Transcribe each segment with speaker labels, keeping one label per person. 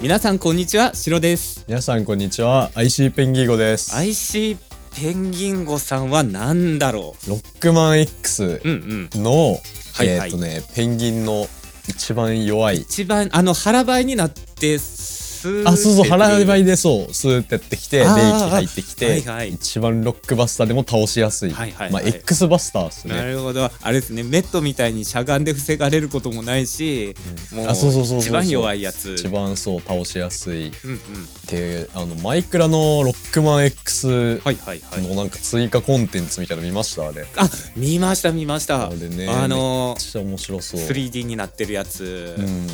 Speaker 1: 皆さんこんにちはしろです
Speaker 2: 皆さんこんにちは IC ペンギーゴです、
Speaker 1: IC ペンギンゴさんは何だろ
Speaker 2: ロックマン X
Speaker 1: ううんうん
Speaker 2: の、
Speaker 1: はいはい
Speaker 2: えっ、とねペンギンの一番弱い
Speaker 1: 一番あの腹ばいになってスーッ
Speaker 2: あそうそう
Speaker 1: て
Speaker 2: 腹ばいでそうスーってやってきて冷
Speaker 1: あー
Speaker 2: 気入ってきて、
Speaker 1: はいはい
Speaker 2: 一番ロックバスターでも倒しやすい、
Speaker 1: はいはいはい
Speaker 2: まあ X バスターです
Speaker 1: な
Speaker 2: ね
Speaker 1: るほどあれですねメットみたいにしゃがんで防がれることもないし、もう
Speaker 2: あそうそうそうそう
Speaker 1: 一番弱いやつ
Speaker 2: 一番そう倒しやすいっ
Speaker 1: うんうん
Speaker 2: ていうあのマイクラのロックマン X
Speaker 1: はいはいはい
Speaker 2: のなんか追加コンテンツみたいなの見ましたあれ
Speaker 1: あ見ました見ました
Speaker 2: あれね
Speaker 1: あ
Speaker 2: め
Speaker 1: の
Speaker 2: っちゃ面白そう
Speaker 1: 3D になってるやつ、
Speaker 2: うん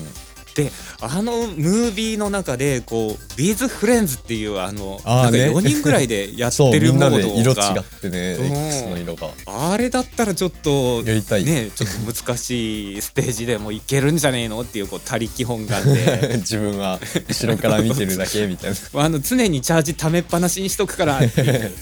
Speaker 1: であのムービーの中でこうビーズフレンズっていうあの
Speaker 2: あーね
Speaker 1: なんか4人ぐらいでやっ
Speaker 2: そう
Speaker 1: てる
Speaker 2: みん
Speaker 1: モ
Speaker 2: なで
Speaker 1: ー
Speaker 2: 色
Speaker 1: ド
Speaker 2: 違
Speaker 1: が
Speaker 2: ってね
Speaker 1: うん
Speaker 2: X の色が
Speaker 1: あれだったらちょっと
Speaker 2: やりたい、
Speaker 1: ねちょっと難しいステージでもいけるんじゃねえのっていうこう他力本願 で。
Speaker 2: 自分は後ろから見てるだけみたいな
Speaker 1: あの常にチャージ溜めっぱなしにしとくからって いう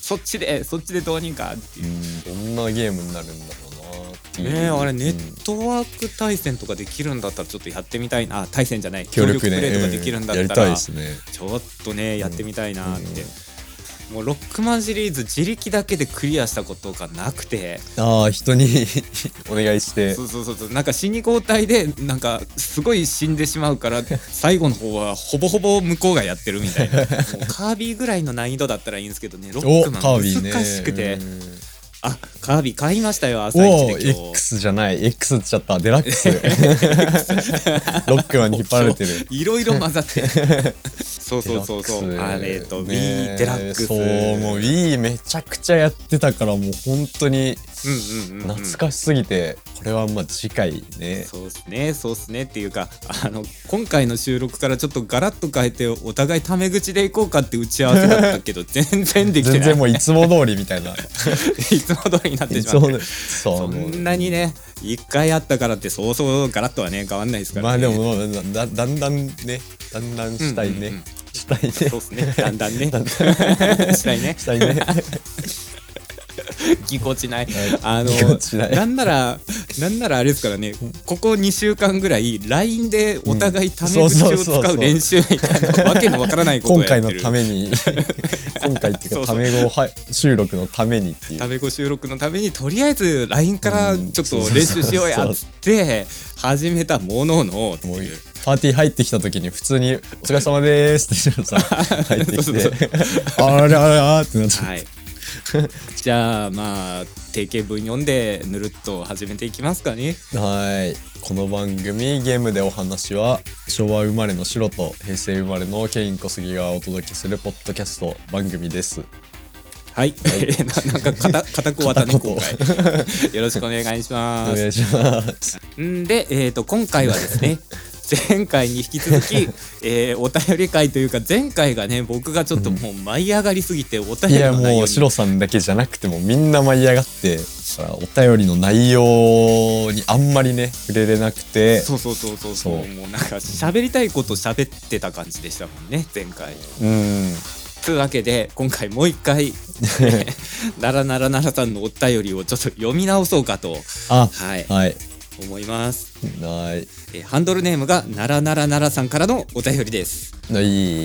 Speaker 1: そっちでそっちでどうにか っていう
Speaker 2: うんどんなゲームになるんだろうなっていう
Speaker 1: ねえあれネ
Speaker 2: うん
Speaker 1: ットワーク対戦とかできるんだったらちょっとやってみたいなあ対戦じゃない
Speaker 2: 協力
Speaker 1: プ
Speaker 2: ね
Speaker 1: レイとかできるんだっ
Speaker 2: うんやり
Speaker 1: た
Speaker 2: たい
Speaker 1: ら、
Speaker 2: ですね
Speaker 1: ちょっとねやってみたいなって、
Speaker 2: うん
Speaker 1: もうロックマンシリーズ自力だけでクリアしたことがなくて
Speaker 2: ああ人に お願いして
Speaker 1: そうそうそうそうなんか死に交代でなんかすごい死んでしまう から最後の方はほぼほぼ向こうがやってるみたいなもうカービィぐらいの難易度だったらいいんですけどねロッ
Speaker 2: お
Speaker 1: クマン
Speaker 2: カービィね
Speaker 1: 難しくて、
Speaker 2: うん
Speaker 1: あカービィ買いましたよ朝一
Speaker 2: おお
Speaker 1: で今日。
Speaker 2: X じゃない X っちゃったデラッ クス ロックマンに引っ張られてる
Speaker 1: いろいろ混ざ って。そうそうそうそう。
Speaker 2: デ
Speaker 1: あ
Speaker 2: ラックス
Speaker 1: れと、
Speaker 2: ね
Speaker 1: Wii デラックス。
Speaker 2: そうもう Wii めちゃくちゃやってたからもう本当に
Speaker 1: うんうんうんうん。
Speaker 2: 懐かしすぎて、これはまあ次回ね
Speaker 1: そうっすね、そうっすねっていうか、あの、今回の収録からちょっとガラッと変えて、お互いタメ口でいこうかって打ち合わせだったけ ど、全然できて
Speaker 2: 全
Speaker 1: ない。
Speaker 2: 然もういつも通りみ たいな
Speaker 1: いつも通りになって
Speaker 2: い
Speaker 1: し
Speaker 2: つ
Speaker 1: まっ
Speaker 2: も
Speaker 1: てる
Speaker 2: 通りそう
Speaker 1: そ
Speaker 2: あの
Speaker 1: んなにね、一回あったからって、そうそうガラッとはね、変わんないですから、ね。
Speaker 2: まあでもまあだだんだんねだんだんしたいね、
Speaker 1: うんうんうん
Speaker 2: したいね
Speaker 1: そうっすね、だんだんね。 したいね。
Speaker 2: したい ね
Speaker 1: ぎこちない
Speaker 2: はい。
Speaker 1: あの
Speaker 2: ぎこちな、い
Speaker 1: なんなら、なんならあれですからね、ここ2週間ぐらい、LINE でお互いタメ口を使う練習みたいな、わけのわからないことを
Speaker 2: 今
Speaker 1: や
Speaker 2: 回
Speaker 1: っ
Speaker 2: の
Speaker 1: てる。
Speaker 2: ために 今回っていう
Speaker 1: そうそ
Speaker 2: かた
Speaker 1: う
Speaker 2: め語は収録のためにっていう
Speaker 1: 食べ子収録のためにとりあえず LINE からちょっと練習しようやっつって始めたもの のって
Speaker 2: もう
Speaker 1: いう
Speaker 2: パーティー入ってきた時に普通に「お疲れ様でーす」ってさ入ってき
Speaker 1: そう
Speaker 2: て「あれあれあれ」ってなっちゃ
Speaker 1: はいじゃあまあ定型文読んでぬるっと始めていきますかね
Speaker 2: うはいこの番組「ゲームでお話は」昭和生まれのシロと平成生まれのケイン小杉がお届けするポッドキャスト番組です
Speaker 1: はい、 ななんか片片くわたね
Speaker 2: 片
Speaker 1: 今
Speaker 2: 言
Speaker 1: 回よろし くお願いし
Speaker 2: お
Speaker 1: ます
Speaker 2: 願いします
Speaker 1: んで、えー、と今回はです ね前回に引き続き、えーお便り会というか前回がね僕がちょっともう舞い上がりすぎてお便り
Speaker 2: いや
Speaker 1: の内
Speaker 2: も
Speaker 1: 容
Speaker 2: う
Speaker 1: に
Speaker 2: シロさんだけじゃなくてもみんな舞い上がってお便りの内容にあんまりね触れれなくて
Speaker 1: そうそうそうそうそう
Speaker 2: そう
Speaker 1: もうなんか喋りたいこと喋ってた感じでしたもんね前回。
Speaker 2: うん
Speaker 1: というわけで今回もう一 回ならならならさんのお便りをちょっと読み直そうかと、
Speaker 2: あ
Speaker 1: はい、
Speaker 2: はい
Speaker 1: 思います、
Speaker 2: ない
Speaker 1: えーハンドルネームがならならならさんからのお便りです。
Speaker 2: ない
Speaker 1: え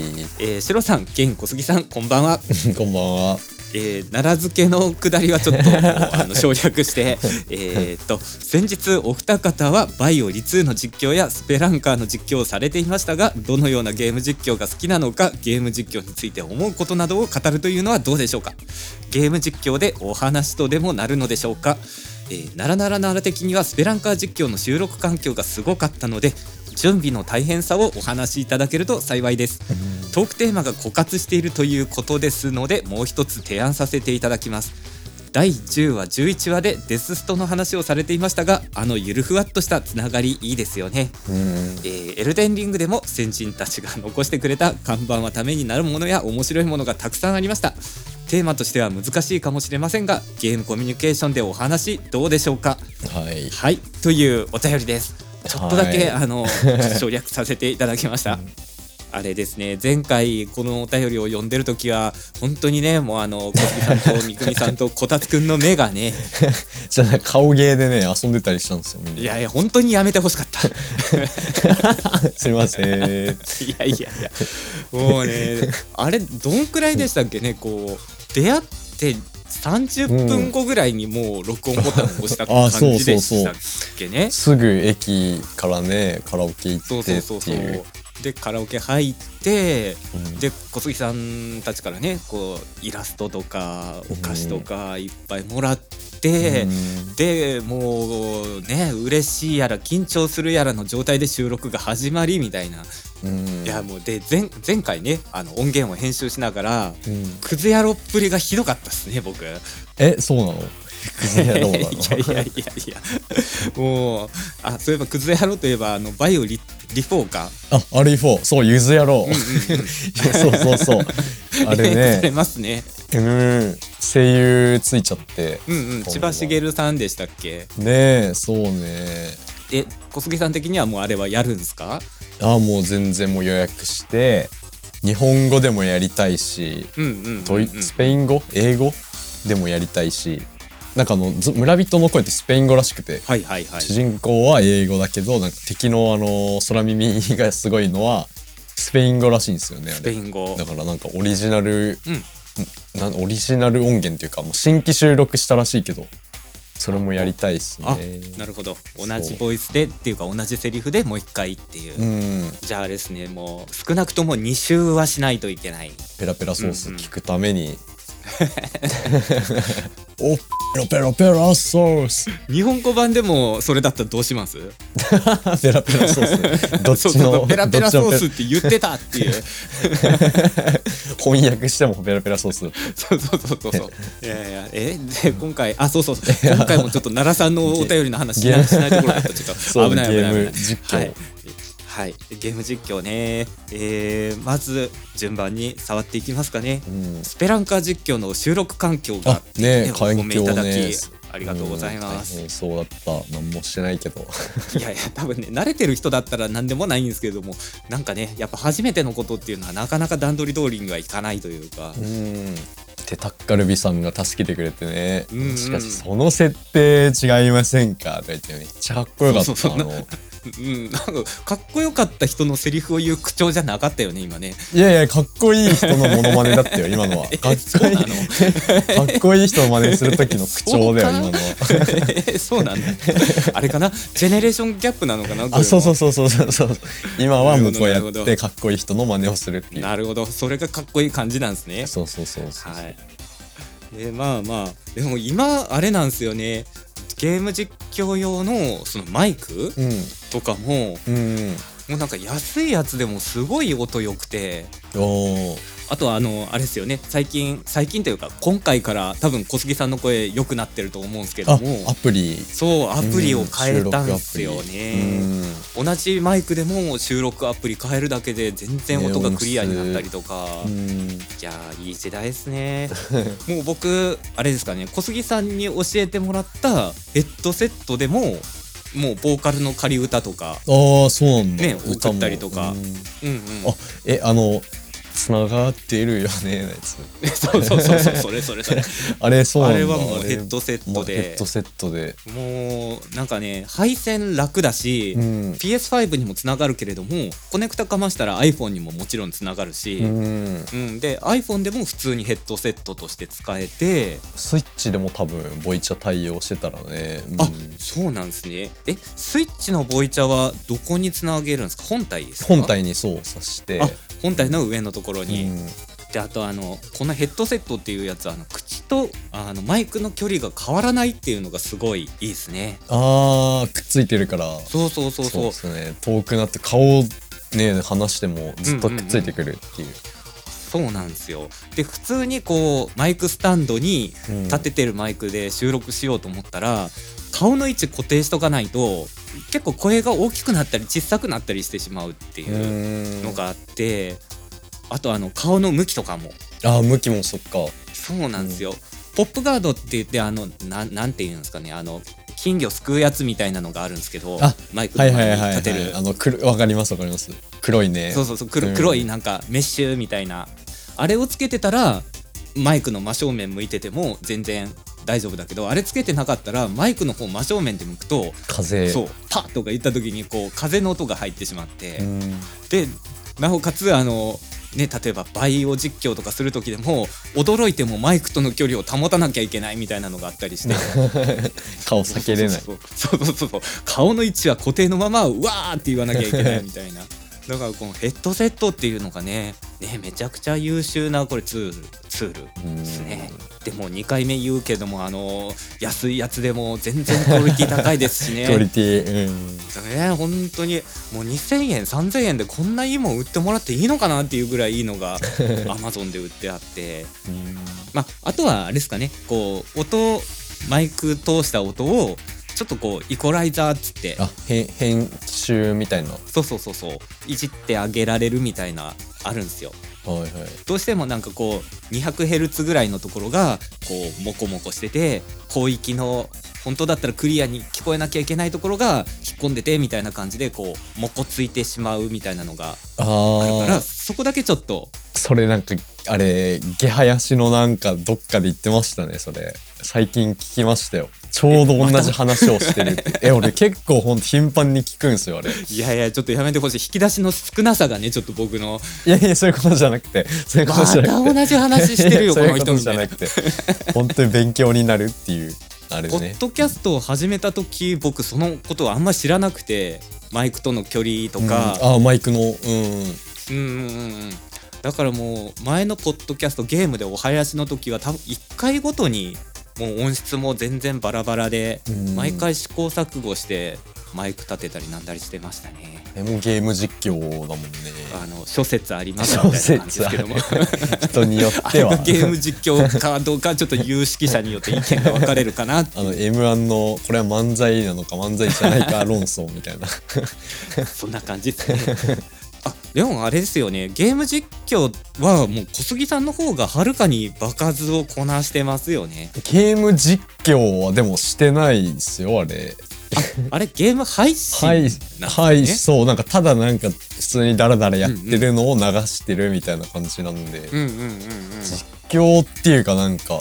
Speaker 1: ー、シロさん、ゲン小杉さん、こんばんは。
Speaker 2: こんばんは。
Speaker 1: えー、奈良漬けの下りはちょっともうあの省略してえーっと先日お二方はバイオリ2の実況やスペランカーの実況をされていましたがどのようなゲーム実況が好きなのかゲーム実況について思うことなどを語るというのはどうでしょうかゲーム実況でお話とでもなるのでしょうか、えー、奈良奈良奈良的にはスペランカー実況の収録環境がすごかったので準備の大変さをお話しいただけると幸いですトークテーマが枯渇しているということですのでもう一つ提案させていただきます第10話11話でデスストの話をされていましたがあのゆるふわっとしたつながりいいですよね
Speaker 2: うん
Speaker 1: えーエルデンリングでも先人たちが残してくれた看板はためになるものや面白いものがたくさんありましたテーマとしては難しいかもしれませんがゲームコミュニケーションでお話どうでしょうか
Speaker 2: はい。
Speaker 1: はいというお便りですちょっとだけ、
Speaker 2: はい
Speaker 1: あの省略させていただきました、ああれですね前回このお便りを読んでる時は本当にねもうあの小杉さん と三國さんとこたつくんの目がね
Speaker 2: じゃあ顔芸でね遊んでたりしたんですよみんない
Speaker 1: やいや本当にやめてほしかった。
Speaker 2: すいませ ん
Speaker 1: いやいやいやもうねあれどんくらいでしたっけねこう出会って30分後ぐらいにもう録音ボタンを押した
Speaker 2: あ
Speaker 1: 感
Speaker 2: ーそう
Speaker 1: じで
Speaker 2: そう
Speaker 1: し
Speaker 2: そ
Speaker 1: たっ
Speaker 2: う
Speaker 1: けね。
Speaker 2: すぐ駅からねカラオケ行
Speaker 1: そうそ
Speaker 2: って
Speaker 1: う
Speaker 2: っ
Speaker 1: そう
Speaker 2: て
Speaker 1: そう
Speaker 2: いう
Speaker 1: でカラオケ入って
Speaker 2: うん
Speaker 1: で小杉さんたちからねこうイラストとかお菓子とかいっぱいもらって。
Speaker 2: うん
Speaker 1: でもうね嬉しいやら緊張するやらの状態で収録が始まりみたいな
Speaker 2: うん
Speaker 1: いやもうで前前回ねあの音源を編集しながら
Speaker 2: うん
Speaker 1: クズ野郎っぷりがひどかったっすね僕い
Speaker 2: えそうなのクズ野郎 なの
Speaker 1: や いやいやいやもうあそういえばクズ野郎といえばあのバイオリリフォーカ
Speaker 2: あ RE4 そうゆず野郎、いやそうそうそうあれ
Speaker 1: され
Speaker 2: ね
Speaker 1: ますね
Speaker 2: うん声優ついちゃって
Speaker 1: うんうん千葉茂さんでしたっけ
Speaker 2: ねえそうね
Speaker 1: え小杉さん的にはもうあれはやるんですか
Speaker 2: あもう全然もう予約して日本語でもやりたいし
Speaker 1: うんうんうんうん
Speaker 2: ドイスペイン語英語でもやりたいしなんかあのず村人の声ってスペイン語らしくて、
Speaker 1: はいはいはい
Speaker 2: 主人公は英語だけどなんか敵のあの空耳がすごいのはスペイン語らしいんですよねあ
Speaker 1: スペ
Speaker 2: れ
Speaker 1: イン語
Speaker 2: だからなんかオリジナル、
Speaker 1: うん
Speaker 2: なんオリジナル音源というかもう新規収録したらしいけどそれもやりたいです
Speaker 1: あ
Speaker 2: ね
Speaker 1: なるほど
Speaker 2: そ
Speaker 1: 同
Speaker 2: う
Speaker 1: じボイスでっていうか同じセリフでもう一回っていう、
Speaker 2: うん
Speaker 1: じゃああれですねもう少なくとも2周はしないといけない
Speaker 2: ペラペラソース聞くために、 おペロペロペラソース
Speaker 1: 日本語版でもそれだったらどうします
Speaker 2: ペラペラソースどっ
Speaker 1: そう
Speaker 2: ち
Speaker 1: そう
Speaker 2: の
Speaker 1: ペラペラソース
Speaker 2: ど
Speaker 1: っ
Speaker 2: っち
Speaker 1: て言ってたっていう
Speaker 2: のペ翻訳してもペラペラソースだった
Speaker 1: そうそうそうそうそう いやいやえで今回あそうそうそう今回もちょっと奈良さんのお便りの話し
Speaker 2: ゲー
Speaker 1: な
Speaker 2: ム
Speaker 1: しないところだったちょっ
Speaker 2: そ
Speaker 1: と
Speaker 2: う
Speaker 1: 危ない危ない危
Speaker 2: ゲーム実況
Speaker 1: ないはいはい、ゲーム実況ね、えー、まず順番に触っていきますかね、
Speaker 2: うん
Speaker 1: スペランカー実況の収録環境が
Speaker 2: あねえ
Speaker 1: お褒めいただき、
Speaker 2: 環境ね
Speaker 1: ありがとうございま
Speaker 2: う
Speaker 1: す
Speaker 2: ん大、変そうだった何もしてないけど
Speaker 1: いやいや多分ね慣れてる人だったら何でもないんですけれどもなんかねやっぱ初めてのことっていうのはなかなか段取り通りにはいかないというか、
Speaker 2: うんでタッカルビさんが助けてくれてね、
Speaker 1: うんうん
Speaker 2: しかしその設定違いませんかとか言ってめっちゃかっこよかった
Speaker 1: そうそうそう
Speaker 2: あの
Speaker 1: うん、なんかかっこよかった人のセリフを言う口調じゃなかったよね今ね
Speaker 2: いやいやかっこいい人のモノマネだったよ今のはかっ
Speaker 1: そう
Speaker 2: こい
Speaker 1: ないの
Speaker 2: かっこいい人を真似する時の口調だよ今
Speaker 1: そう
Speaker 2: の
Speaker 1: か
Speaker 2: は。
Speaker 1: そうなんだあれかなジェネレーションギャップなのかなこれ
Speaker 2: あ
Speaker 1: も
Speaker 2: そうそうそうそうそうそう今はもうこう
Speaker 1: な
Speaker 2: や
Speaker 1: るほ
Speaker 2: っ
Speaker 1: ど
Speaker 2: てかっこいい人の真似をするっていう
Speaker 1: なるほどそれがかっこいい感じなんですね
Speaker 2: そうそうそうそう、
Speaker 1: はいでまあまあでも今あれなんですよねゲーム実況用のそのマイク
Speaker 2: うん
Speaker 1: とかも
Speaker 2: うん
Speaker 1: もうなんか安いやつでもすごい音良くて
Speaker 2: おー
Speaker 1: あとはあのあれですよね最近最近というか今回から多分小杉さんの声良くなってると思うんですけど
Speaker 2: あ
Speaker 1: も
Speaker 2: アプリ
Speaker 1: そうアプリを変えたんですよ
Speaker 2: うん収録アプリ
Speaker 1: ね、同じマイクでも収録アプリ変えるだけで全然音がクリアになったりとか、
Speaker 2: うんうん
Speaker 1: いやーいい時代です ねもう僕あれですかね小杉さんに教えてもらったヘッドセットでももうボーカルの仮歌とか
Speaker 2: ああそうなんだ
Speaker 1: ね
Speaker 2: 歌も
Speaker 1: 送ったりとか
Speaker 2: うん
Speaker 1: うんうん
Speaker 2: あえあのつながってるよねのやつ
Speaker 1: そうそうそうそうそれそれそれ
Speaker 2: あれ そうなんだ
Speaker 1: あれはもうヘッドセットで
Speaker 2: もうヘッドセットで
Speaker 1: もうなんかね配線楽だし、
Speaker 2: うん
Speaker 1: PS5 にもつながるけれどもコネクタかましたら iPhone にももちろんつながるし、
Speaker 2: う
Speaker 1: うん
Speaker 2: ん
Speaker 1: で iPhone でも普通にヘッドセットとして使えて、
Speaker 2: スイッチでも多分ボイチャ対応してたらね、うん
Speaker 1: あそうなんですねえスイッチのボイチャはどこにつなげるんですか本体ですか
Speaker 2: 本体にそうさして
Speaker 1: あ本体の上のところ
Speaker 2: う
Speaker 1: に、
Speaker 2: ん
Speaker 1: であとあのこのヘッドセットっていうやつはあの口とあのマイクの距離が変わらないっていうのがすごいいいですね
Speaker 2: あーくっついてるから
Speaker 1: そうそうそうそう
Speaker 2: ですね遠くなって顔ね話してもずっとくっついてくるっていう,、
Speaker 1: そうなんですよで普通にこうマイクスタンドに
Speaker 2: うん
Speaker 1: 立ててるマイクで収録しようと思ったら、顔の位置固定しとかないと結構声が大きくなったり小さくなったりしてしまうって
Speaker 2: う
Speaker 1: いう
Speaker 2: ーん
Speaker 1: のがあってあとあの顔の向きとかも
Speaker 2: あー向きもそっか
Speaker 1: そうなんですよ、ポップガードって言ってあのなんなんていうんですかねあの金魚すくうやつみたいなのがあるんですけど
Speaker 2: あ
Speaker 1: マイクの
Speaker 2: はい
Speaker 1: 前
Speaker 2: はいはい、
Speaker 1: に
Speaker 2: はい、
Speaker 1: 立てる、
Speaker 2: あのくるわかりますわかります黒いね
Speaker 1: そうそうそう黒
Speaker 2: うん
Speaker 1: 黒いなんかメッシュみたいなあれをつけてたらマイクの真正面向いてても全然大丈夫だけどあれつけてなかったらマイクの方真正面で向くと
Speaker 2: 風
Speaker 1: そうパッとか言った時にこう風の音が入ってしまって、
Speaker 2: うん
Speaker 1: でなおかつあのね例えばバイオ実況とかする時でも驚いてもマイクとの距離を保たなきゃいけないみたいなのがあったりして
Speaker 2: 顔避けれない
Speaker 1: そうそうそうそうそう顔の位置は固定のままうわーって言わなきゃいけないみたい なだからこのヘッドセットっていうのがねねめちゃくちゃ優秀なこれツールツール
Speaker 2: うん
Speaker 1: ですねでも2回目言うけどもあの安いやつでも全然クオリティ高いですしね
Speaker 2: クオリティうん
Speaker 1: ね本当にもう2000円3000円でこんないいもん売ってもらっていいのかなっていうぐらいいいの が Amazon で売ってあってまああとはあれですかねこう音マイク通した音をちょっとこうイコライザーっつって
Speaker 2: あへ編集みたいなは
Speaker 1: そうそうそうそういじってあげられるみたいなあるんですよ
Speaker 2: いはい
Speaker 1: どうしてもなんかこう 200Hz ぐらいのところがこうモコモコしてて広域の本当だったらクリアに聞こえなきゃいけないところが引っ込んでてみたいな感じでこうモコついてしまうみたいなのがあるか
Speaker 2: あ
Speaker 1: ら
Speaker 2: あ
Speaker 1: そこだけちょっと
Speaker 2: それなんかあれ下林のなんかどっかで言ってましたねそれ最近聞きましたよちょうど同じ話をしてるって、え俺結構ほんと頻繁に聞くんですよあれい
Speaker 1: いやいやちょっとやめてほしい引き出しの少なさがねちょっと僕の
Speaker 2: やいやそういうことじゃなくて そういうこ
Speaker 1: ま
Speaker 2: と
Speaker 1: た
Speaker 2: じゃなくて
Speaker 1: 同じ話してるよ
Speaker 2: そ
Speaker 1: こ
Speaker 2: うい
Speaker 1: の
Speaker 2: うこ
Speaker 1: 人
Speaker 2: と
Speaker 1: み
Speaker 2: じ
Speaker 1: た
Speaker 2: ゃ
Speaker 1: いな
Speaker 2: な。くて本当に勉強になるっていうあれ
Speaker 1: ポ
Speaker 2: ね
Speaker 1: ッドキャストを始めた時僕そのことをあんま知らなくてマイクとの距離とか、
Speaker 2: うんあマイクのうん
Speaker 1: うんうんうんうんだからもう前のポッドキャストゲームでお囃子の時は多分1回ごとにもう音質も全然バラバラで
Speaker 2: うん
Speaker 1: 毎回試行錯誤してマイク立てたりなんだりしてましたね。
Speaker 2: でもゲーム実況だもんね
Speaker 1: あの諸説ありますみたいな
Speaker 2: 小
Speaker 1: 感じ
Speaker 2: 説
Speaker 1: です
Speaker 2: あ
Speaker 1: け
Speaker 2: る
Speaker 1: ども
Speaker 2: 人によ
Speaker 1: あ
Speaker 2: って
Speaker 1: れ
Speaker 2: は
Speaker 1: がゲーム実況かどうかちょっと有識者によって意見が分かれるかなって
Speaker 2: あの M1 のこれは漫才なのか漫才じゃないか論争みたいな
Speaker 1: そんな感じですね。 あでもあれですよねゲーム実況はもう小杉さんの方がはるかに場数をこなしてますよ ね。
Speaker 2: ゲーム実況はでもしてないですよあれ
Speaker 1: あれゲーム配信
Speaker 2: はい、
Speaker 1: なんですね
Speaker 2: はいそうなんかただなんか普通にダラダラやってるのを流してるみたいな感じなんで、
Speaker 1: うんうんうんうん
Speaker 2: 実況っていうかなんか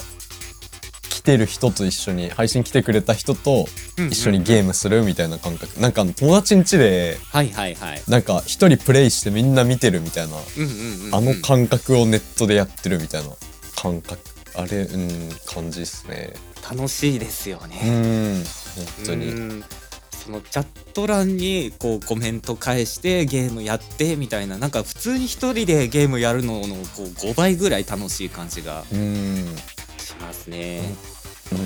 Speaker 2: 来てる人と一緒に配信来てくれた人と
Speaker 1: うんうん
Speaker 2: 一緒にゲームするみたいな感覚、なんかあの友達ん家で
Speaker 1: はいはいはい
Speaker 2: なんか一人プレイしてみんな見てるみたいな
Speaker 1: うんうんうんうん
Speaker 2: あの感覚をネットでやってるみたいな感覚あれうん感じですね
Speaker 1: 楽しいですよ
Speaker 2: うん
Speaker 1: ね
Speaker 2: 本当に
Speaker 1: うんそのチャット欄にこうコメント返してゲームやってみたいななんか普通に一人でゲームやるののこう5倍ぐらい楽しい感じが
Speaker 2: うんうん
Speaker 1: しますね
Speaker 2: 本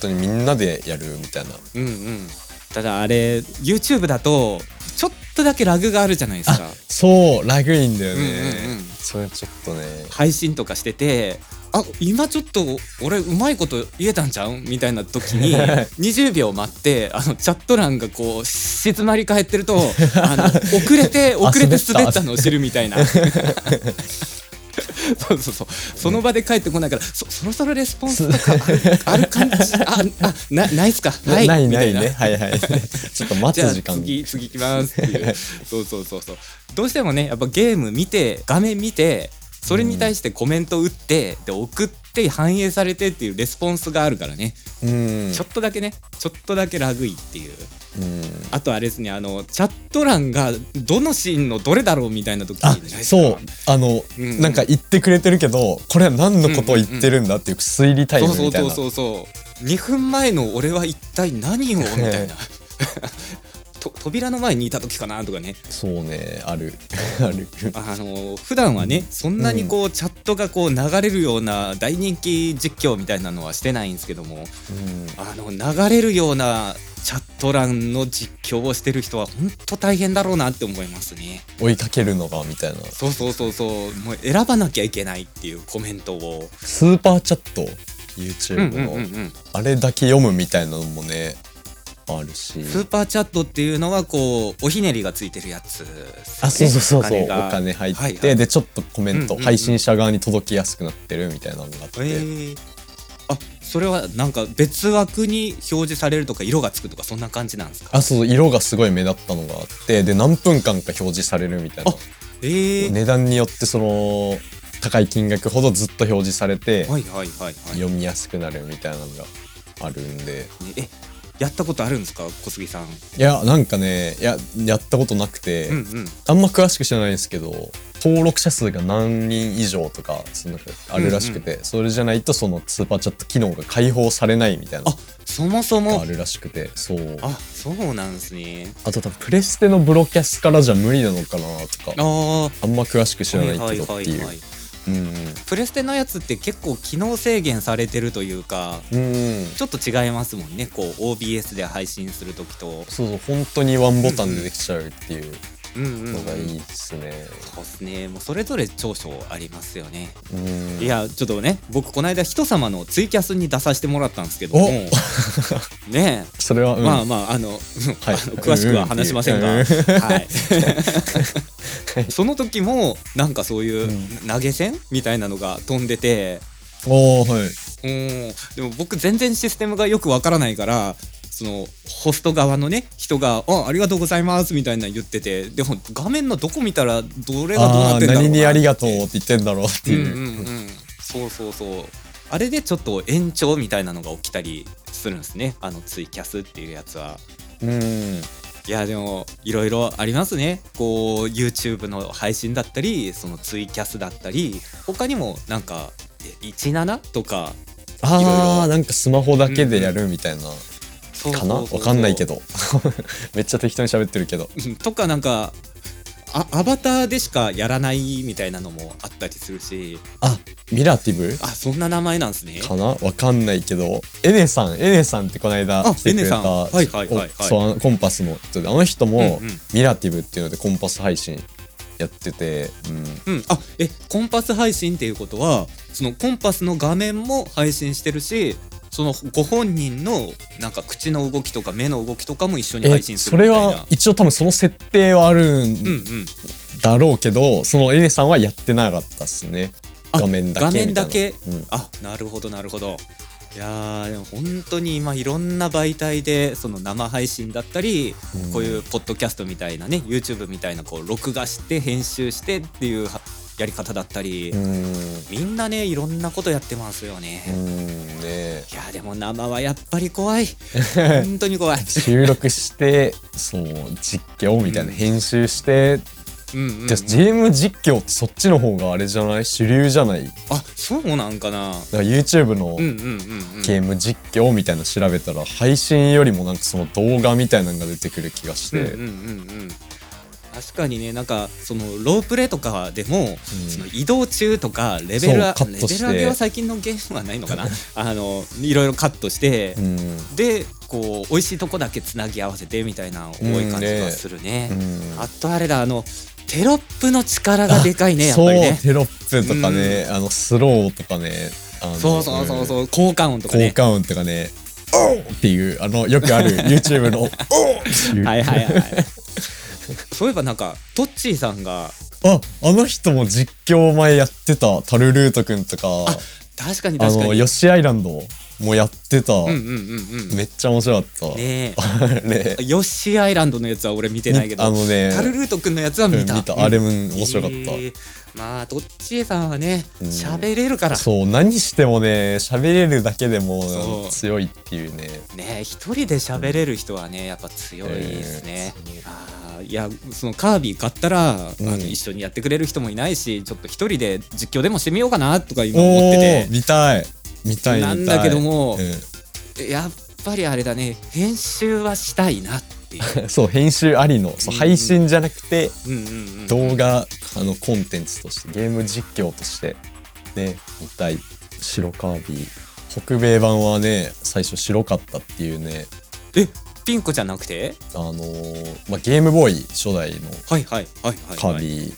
Speaker 2: 当にみんなでやるみたいな
Speaker 1: うんうんただあれ YouTube だとちょっとだけラグがあるじゃないですか
Speaker 2: そうラグいんだよね、
Speaker 1: うんうんうん
Speaker 2: それちょっとね
Speaker 1: 配信とかしててあ今ちょっと俺うまいこと言えたんじゃんみたいな時に20秒待ってあのチャット欄がこう静まり返ってると あの遅れて遅れて
Speaker 2: 滑った
Speaker 1: 滑ったのを知るみた いな。そうそうそうその場で帰ってこないから、そそろそろレスポンスとか ある感じああなないっすか
Speaker 2: な
Speaker 1: はい
Speaker 2: ない
Speaker 1: み
Speaker 2: な
Speaker 1: た
Speaker 2: い
Speaker 1: いな
Speaker 2: ねはい はいちょっと待
Speaker 1: じゃ
Speaker 2: つ
Speaker 1: あ
Speaker 2: 時間
Speaker 1: 次次行きますって いうそうそうそうそうどうしてもねやっぱゲーム見て画面見てそれに対してコメント打ってで送って反映されてっていうレスポンスがあるからね、
Speaker 2: うん
Speaker 1: ちょっとだけねちょっとだけラグいっていう
Speaker 2: うん
Speaker 1: あとあれですねあのチャット欄がどのシーンのどれだろうみたいな時
Speaker 2: あ
Speaker 1: に
Speaker 2: そうあの、
Speaker 1: うんうん
Speaker 2: なんか言ってくれてるけどこれは何のことを言ってるんだっていう推理タイム
Speaker 1: そう
Speaker 2: みたい
Speaker 1: そう
Speaker 2: な、
Speaker 1: そうそうそう2分前の俺は一体何をみた いなと扉の前にいた時かなとかね
Speaker 2: そうねある ある
Speaker 1: あの普段はねそんなにこう、チャットがこう流れるような大人気実況みたいなのはしてないんですけども
Speaker 2: うん
Speaker 1: あの流れるようなチャット欄の実況をしてる人は本当大変だろうなって思いますね
Speaker 2: 追いかけるのがみたいな
Speaker 1: そうそうそうそうもう選ばなきゃいけないっていうコメントを
Speaker 2: スーパーチャット YouTube の、
Speaker 1: うん
Speaker 2: あれだけ読むみたいなのもねあるし
Speaker 1: スーパーチャットっていうのはこうおひねりがついてるやつですね
Speaker 2: あそうそうそうそうお
Speaker 1: が
Speaker 2: 金入って、
Speaker 1: はいはい
Speaker 2: でちょっとコメント、
Speaker 1: うんうんうん
Speaker 2: 配信者側に届きやすくなってるみたいなのがあって、
Speaker 1: えーあそれはなんか別枠に表示されるとか色がつくとかそんな感じなんですか
Speaker 2: あそうそう色がすごい目立ったのがあってで何分間か表示されるみたいな
Speaker 1: あええ
Speaker 2: 値段によってその高い金額ほどずっと表示されて
Speaker 1: はいはいはいはい、
Speaker 2: 読みやすくなるみたいなのがあるんで
Speaker 1: えやったことあるんですか小杉さん
Speaker 2: いやなんかねいややったことなくて、
Speaker 1: うんうん
Speaker 2: あんま詳しく知らないんですけど登録者数が何人以上とかそんなのあるらしくて、それじゃないとそのスーパーチャット機能が解放されないみたいな
Speaker 1: あそもそ
Speaker 2: のが
Speaker 1: も
Speaker 2: あるらしくてそう
Speaker 1: あそうなんですね
Speaker 2: あと多分プレステのブロキャスからじゃ無理なのかなと
Speaker 1: あ
Speaker 2: か
Speaker 1: ー
Speaker 2: あんま詳しく知らない
Speaker 1: は
Speaker 2: け
Speaker 1: い
Speaker 2: ど
Speaker 1: は
Speaker 2: って
Speaker 1: い
Speaker 2: い
Speaker 1: はい
Speaker 2: う
Speaker 1: はい
Speaker 2: うん
Speaker 1: プレステのやつって結構機能制限されてるというか
Speaker 2: うんうん
Speaker 1: ちょっと違いますもんねこう OBS で配信する時と
Speaker 2: そうそう本当にワンボタンでできちゃうっていう
Speaker 1: うんうん、
Speaker 2: のがいい
Speaker 1: い
Speaker 2: ですね
Speaker 1: そうですねもうそれぞれ長所ありますよね、
Speaker 2: うん
Speaker 1: いやちょっとね僕この間人様のツイキャスに出させてもらったんですけども
Speaker 2: お
Speaker 1: ねえ
Speaker 2: それ は、うん
Speaker 1: まあまああの,、
Speaker 2: はい
Speaker 1: あの 詳しくは話しませんが、
Speaker 2: う
Speaker 1: は
Speaker 2: んうん
Speaker 1: い、 その時もなんかそういうう投げ銭みたいなのが飛んでて、
Speaker 2: おーはい
Speaker 1: うん、でも僕全然システムがよくわからないからそのホスト側のね人が「あありがとうございます」みたいなの言っててでも画面のどこ見たらどれがどうな
Speaker 2: あ
Speaker 1: っ
Speaker 2: ー
Speaker 1: てんだろうな
Speaker 2: 何にありがとうっ
Speaker 1: う
Speaker 2: て言ってんだろうって
Speaker 1: うんう
Speaker 2: い
Speaker 1: ん
Speaker 2: う、
Speaker 1: うんそうそうそうあれでちょっと延長みたいなのが起きたりするんですねあのツイキャスっていうやつは。
Speaker 2: うん
Speaker 1: いやでもいろいろありますねこう YouTube の配信だったりそのツイキャスだったり他にもなんかえ17とかいろい
Speaker 2: あ
Speaker 1: ろ
Speaker 2: あなんかスマホだけでやるみたいな、
Speaker 1: そう
Speaker 2: か
Speaker 1: そ
Speaker 2: な
Speaker 1: うそうそう
Speaker 2: わかんないけど めっちゃ適当に喋ってるけど
Speaker 1: うんとかなんかあアバターでしかやらないみたいなのもあったりするし
Speaker 2: あミラティブ
Speaker 1: あそんな名前なんですね
Speaker 2: かなわかんないけどエネさんエネさんってこの間
Speaker 1: あ
Speaker 2: 来てく
Speaker 1: エネ
Speaker 2: れた
Speaker 1: さんはいはいはいはい
Speaker 2: おそうあのコンパスの人であの人も、
Speaker 1: うんうん
Speaker 2: ミラティブっていうのでコンパス配信やってて、うん
Speaker 1: うんあえコンパス配信っていうことはそのコンパスの画面も配信してるしそのご本人のなんか口の動きとか目の動きとかも一緒に
Speaker 2: え
Speaker 1: 配信す
Speaker 2: そ
Speaker 1: るみた
Speaker 2: れ
Speaker 1: いな
Speaker 2: は一応多分その設定はある
Speaker 1: うんうんん
Speaker 2: だろうけど、そのエネさんはやってなかったっすね
Speaker 1: あ
Speaker 2: 画面だけ
Speaker 1: 画面だ
Speaker 2: み
Speaker 1: け
Speaker 2: たいなうん
Speaker 1: あなるほどなるほどいやーでも本当に今いろんな媒体でその生配信だったり、
Speaker 2: うん
Speaker 1: こういうポッドキャストみたいなね YouTube みたいなこう録画して編集してっていうはやり方だったり、
Speaker 2: うん
Speaker 1: みんなねいろんなことやってますよね、
Speaker 2: う
Speaker 1: い
Speaker 2: んね え
Speaker 1: やーでも生はやっぱり怖い本当に怖い
Speaker 2: 収録してそう実況みたいな、
Speaker 1: うん
Speaker 2: 編集して、
Speaker 1: うんうんうん
Speaker 2: じゃあゲーム実況ってそっちの方があれじゃない主流じゃないだか
Speaker 1: あそうなんかな
Speaker 2: ら YouTube の
Speaker 1: うんうんうんうん
Speaker 2: ゲーム実況みたいなの調べたら配信よりもなんかその動画みたいなのが出てくる気がして、
Speaker 1: うんうんうんうん確かにねなんかそのロープレイとかでも、その移動中とかレベルは
Speaker 2: そう
Speaker 1: レ
Speaker 2: カッ
Speaker 1: ベ
Speaker 2: ト
Speaker 1: ル
Speaker 2: して
Speaker 1: 上げは最近のゲームはないのかなあのいろいろカットして、
Speaker 2: うん
Speaker 1: でこう美味しいとこだけつなぎ合わせてみたいな多い感じがするね,、
Speaker 2: うん
Speaker 1: あとあれだあのテロップの力がでかいねやっぱりね
Speaker 2: そうテロップとかね、あのスローとかねあの
Speaker 1: そうそうそうそう
Speaker 2: う
Speaker 1: 効果音とか
Speaker 2: ん
Speaker 1: ね
Speaker 2: 効果音とかねおーっていうあのよく ある YouTube の「おー!」っていう
Speaker 1: はいはいはい そういえばなんかトッチーさんが
Speaker 2: あ、あの人も実況前やってた、タルルートくんとか、
Speaker 1: 確かに
Speaker 2: あ
Speaker 1: 確か
Speaker 2: の、
Speaker 1: に
Speaker 2: ヨシアイランドもやってた。
Speaker 1: うんうんうんうん
Speaker 2: めっちゃ面白かっ
Speaker 1: ね
Speaker 2: た。
Speaker 1: え
Speaker 2: あ れ。
Speaker 1: ヨッシーアイランドのやつは俺見てないけど、
Speaker 2: あのね、
Speaker 1: タルルートくんのやつは
Speaker 2: うん
Speaker 1: 見た。
Speaker 2: 見た。あれ
Speaker 1: も
Speaker 2: も面白かった。
Speaker 1: まあ、どっちさんはね、
Speaker 2: うん
Speaker 1: 喋れるから。
Speaker 2: そう、何してもね、喋れるだけでも
Speaker 1: そう
Speaker 2: 強いっていうね。
Speaker 1: ね一人で喋れる人はね、やっぱ強いですね。
Speaker 2: えー
Speaker 1: あーいやそのカービィ買ったら、
Speaker 2: うん
Speaker 1: あの一緒にやってくれる人もいないしちょっと一人で実況でもしてみようかなとか今思っ
Speaker 2: おお
Speaker 1: て
Speaker 2: 見たい。見たい見たい。
Speaker 1: なんだけども
Speaker 2: う
Speaker 1: てやっぱりあれだね編集はしたいなっていう。
Speaker 2: んそう、編集ありの、そう
Speaker 1: うん
Speaker 2: 配信じゃなくて、
Speaker 1: うんうんうん
Speaker 2: 動画、あの、コンテンツとして、ゲーム実況として、ね、見たい。白カービィ。北米版はね、最初白かったっていうね、
Speaker 1: えピンコじゃなくて
Speaker 2: あのーまあ、ゲームボーイ初代の
Speaker 1: はいはいはいはい、はい、
Speaker 2: カービ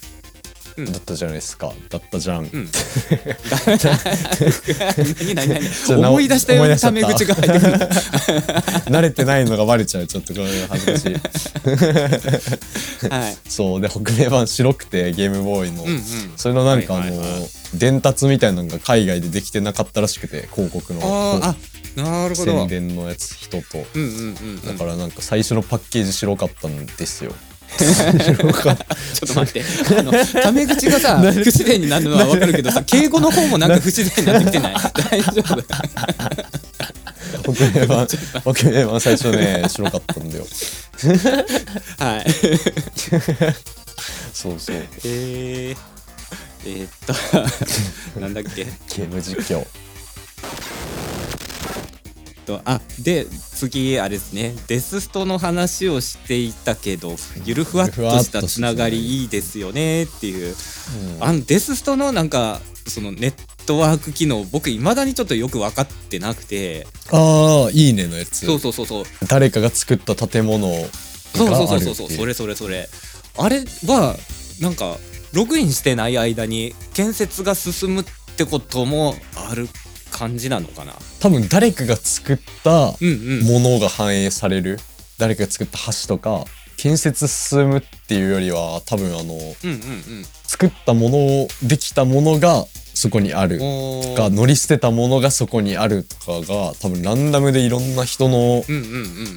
Speaker 1: うん
Speaker 2: ィだったじゃないですか。だったじゃん。
Speaker 1: うん 何何
Speaker 2: ょ
Speaker 1: 何思い出したよう
Speaker 2: 思い
Speaker 1: に
Speaker 2: 出しちゃ
Speaker 1: タメ
Speaker 2: った
Speaker 1: 口が入ってくる
Speaker 2: 慣れてないのがバレちゃう。ちょっとこれ恥ず かしい。
Speaker 1: はい
Speaker 2: そう。で、北米版白くて、ゲームボーイの。
Speaker 1: うんうん
Speaker 2: それのなんか、
Speaker 1: はいはいはい
Speaker 2: あのー伝達みたいなのが海外でできてなかったらしくて広告の
Speaker 1: あ
Speaker 2: こ
Speaker 1: ああなる
Speaker 2: う
Speaker 1: ほど
Speaker 2: 宣伝のやつ人と
Speaker 1: うんうんうんう
Speaker 2: だ
Speaker 1: ん
Speaker 2: からなんか最初のパッケージ白かったんで すよ白かった
Speaker 1: ちょっと待って、あの、タメ口が さ、不自然になるのはわかるけどさ、敬語の方もなんか不自然になってき てない。大丈夫。
Speaker 2: 北米版北米版最初ね白かったんだよ
Speaker 1: はい。
Speaker 2: そうそう
Speaker 1: えー、えーっ と、なんだっけ。えっ
Speaker 2: ゲーム実況
Speaker 1: と、あ、で、次、あれですね、デスストの話をしていたけど、ゆるふわっとしたつながりいいですよねっていう。
Speaker 2: うん
Speaker 1: あのデスストのなんか、そのネットワーク機能、僕、いまだにちょっとよく分かってなくて、
Speaker 2: あーいいねのやつ
Speaker 1: そうそうそうそう。
Speaker 2: 誰かが作った建物があるってい
Speaker 1: そうそうそうそうそうそれそれそれあれはなんかログインしてない間に建設が進むってこともある感じなのかな
Speaker 2: 多分誰かが作った
Speaker 1: うんうん
Speaker 2: ものが反映される、誰かが作った橋とか建設進むっていうよりは多分あ
Speaker 1: う
Speaker 2: の
Speaker 1: んうん
Speaker 2: 作ったものをできたものがそこにあ
Speaker 1: うん
Speaker 2: る
Speaker 1: おー
Speaker 2: か乗り捨てたものがそこにあるとかが多分ランダムでいろんな人の
Speaker 1: うんうんう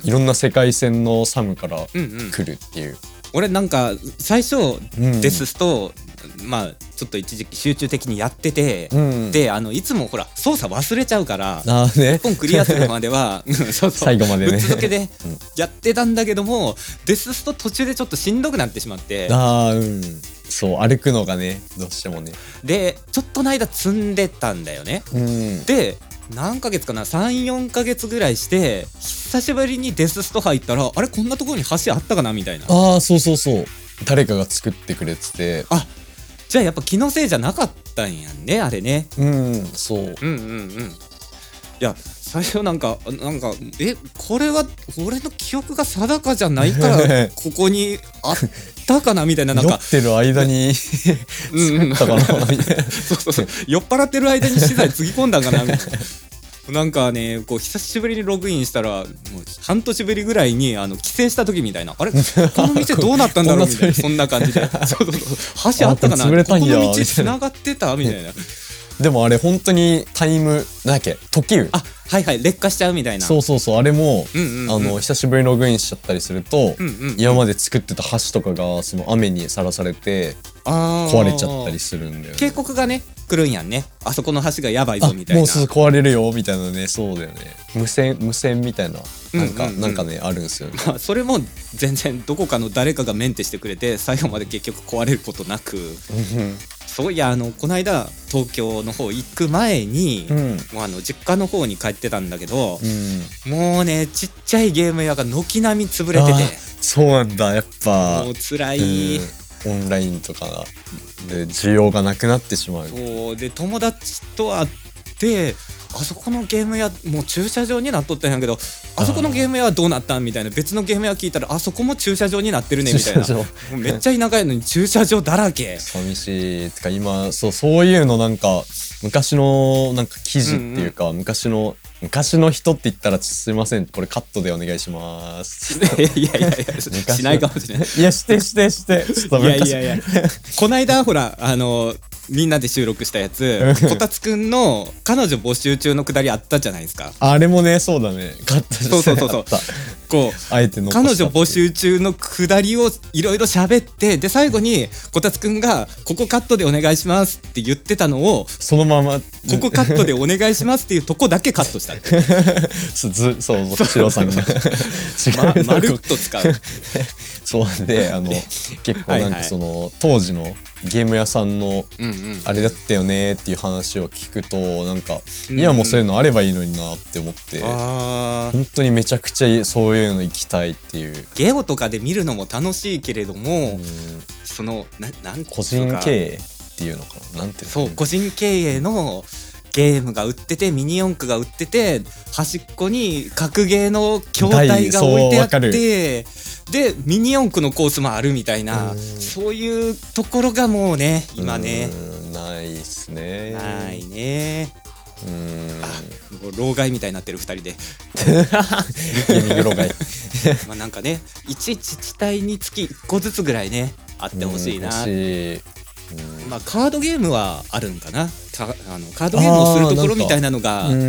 Speaker 1: ん
Speaker 2: いろんな世界線のサムから
Speaker 1: うんうん、
Speaker 2: 来るっていう、
Speaker 1: 俺なんか最初
Speaker 2: うん
Speaker 1: デススト、まあちょっと一時期集中的にやってて、
Speaker 2: うん
Speaker 1: であのいつもほら操作忘れちゃうから
Speaker 2: あーね
Speaker 1: 一本クリアするまではうんそうそう
Speaker 2: 最後までね
Speaker 1: ぶっ続けでやってたんだけども、デススト途中でちょっとしんどくなってしまって
Speaker 2: あーうんそう歩くのがねどうしてもね
Speaker 1: でちょっとの間積んでたんだよね
Speaker 2: うん
Speaker 1: で何ヶ月かな34ヶ月ぐらいして久しぶりにデススト入ったらあれこんなところに橋あったかなみたいな
Speaker 2: ああそうそうそう誰かが作ってくれてて
Speaker 1: じゃあやっぱ気のせいじゃなかったんやんねあれね
Speaker 2: うんそう
Speaker 1: うんうんうんいや最初なんかなんかえこれは俺の記憶が定かじゃないから ここにあったかなみたいななん
Speaker 2: 酔
Speaker 1: か
Speaker 2: ってる間に
Speaker 1: うんうん
Speaker 2: だからみたいな
Speaker 1: そうそうそう酔っ払ってる間に資材つぎ込んだんかなみたい な。なんかねこう久しぶりにログインしたらもう半年ぶりぐらいにあの帰省した時みたいなあ れこの店どうなったんだろうみたいなそんな感じでそうそうそう橋あったかな
Speaker 2: あこれ潰れた
Speaker 1: こ
Speaker 2: んや
Speaker 1: の道つながってたみたいな
Speaker 2: でもあれ本当にタイムなんだっけ時雨
Speaker 1: あはいはい劣化しちゃうみたいな
Speaker 2: そうそうそうあれも、
Speaker 1: うんうんうん
Speaker 2: あの久しぶりにログインしちゃったりすると、
Speaker 1: うんうん
Speaker 2: 今まで作ってた橋とかがその雨にさらされて壊
Speaker 1: 壊
Speaker 2: れちゃったりするんだよね
Speaker 1: 警告がね来るんやんねあそこの橋がやばい
Speaker 2: あ
Speaker 1: ぞみたいな
Speaker 2: もうすぐ壊れるよみたいなねそうだよね無線無線みたいななんか、
Speaker 1: うんうんうん
Speaker 2: なんかねあるんですよね
Speaker 1: まあ それも全然どこかの誰かがメンテしてくれて最後まで結局壊れることなく そういやあのこの間東京の方行く前に、
Speaker 2: うん、うん
Speaker 1: もうあの実家の方に帰ってたんだけど、もうねちっちゃいゲーム屋が軒並み潰れて
Speaker 2: あ
Speaker 1: て
Speaker 2: ーそうなんだやっぱ
Speaker 1: もう辛い、
Speaker 2: うんオンラインとかで需要がなくなってしまう
Speaker 1: そうで友達と会ってあそこのゲーム屋もう駐車場になっとったんやけどあそこのゲーム屋はどうなったんみたいな別のゲーム屋聞いたらあそこも駐車場になってるねみたいな
Speaker 2: 駐車
Speaker 1: も
Speaker 2: 場
Speaker 1: うめっちゃ田舎やのに駐車場だらけ。
Speaker 2: 寂しいつか今そうそういうのなんか昔のなんか記事っていうか、昔の昔の人って言ったらちすいませんこれカットでお願いします
Speaker 1: いやいやいや
Speaker 2: 昔
Speaker 1: しないかもしれない。
Speaker 2: いやしてしてしてちょっと
Speaker 1: いやい
Speaker 2: 昔
Speaker 1: やいやこないだほらあのみんなで収録したや つこたつくんの彼女募集中のくだりあったじゃないですか
Speaker 2: あれもねそうだねカットして
Speaker 1: そうそうそうそう
Speaker 2: あった
Speaker 1: こ
Speaker 2: あえて
Speaker 1: う
Speaker 2: 残した
Speaker 1: 彼女募集中のくだりをいろいろ喋ってで最後にこたつくんが「ここカットでお願いします」って言ってたのを
Speaker 2: そのままこ
Speaker 1: 「ここカットでお願いします」っていうとこだけカットした って
Speaker 2: ずずそうそうシロさんが
Speaker 1: ま
Speaker 2: 違う
Speaker 1: まるっと使 う。
Speaker 2: そう であの結構なん
Speaker 1: はいは
Speaker 2: か
Speaker 1: い
Speaker 2: その、当時のゲーム屋さんの
Speaker 1: うんうん
Speaker 2: あれだったよねっていう話を聞くとなんか
Speaker 1: うん
Speaker 2: 今もそういうのあればいいのになって思って、
Speaker 1: あー
Speaker 2: 本当にめちゃくちゃそういうの行きたいっていう、
Speaker 1: ゲオとかで見るのも楽しいけれども、
Speaker 2: うん
Speaker 1: そのななんていうか
Speaker 2: 個人経営っていうのかななんていうの
Speaker 1: そう個人経営のゲームが売っててミニ四駆が売ってて端っこに格ゲーの筐体が置いてあっ
Speaker 2: 台そうわかる
Speaker 1: てでミニ四駆のコースもあるみたいな
Speaker 2: うん
Speaker 1: そういうところがもうね今ね
Speaker 2: うんないっすね
Speaker 1: ないね
Speaker 2: うん
Speaker 1: もう老害みたいになってる2人 で、
Speaker 2: ゲーミングロ ガイ
Speaker 1: まあ、なんかね一自治体につき1個ずつぐらいねあってほしいな
Speaker 2: うん欲しい
Speaker 1: まあ、カードゲームはあるんかなかあのカードゲームをするところみたいなのが
Speaker 2: うん
Speaker 1: うんう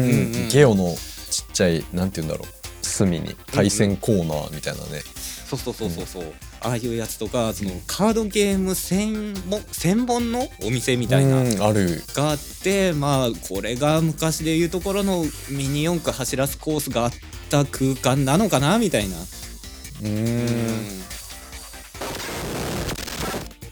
Speaker 1: ん
Speaker 2: ゲオのちっちゃいなんて言うんだろう隅に対戦コーナーみたいなね、
Speaker 1: そうそうそうそうそう、ああいうやつとかそのカードゲーム専門専門のお店みたいな、
Speaker 2: うんある
Speaker 1: があってまあこれが昔でいうところのミニ四駆走らすコースがあった空間なのかなみたいな
Speaker 2: う
Speaker 1: うん
Speaker 2: ん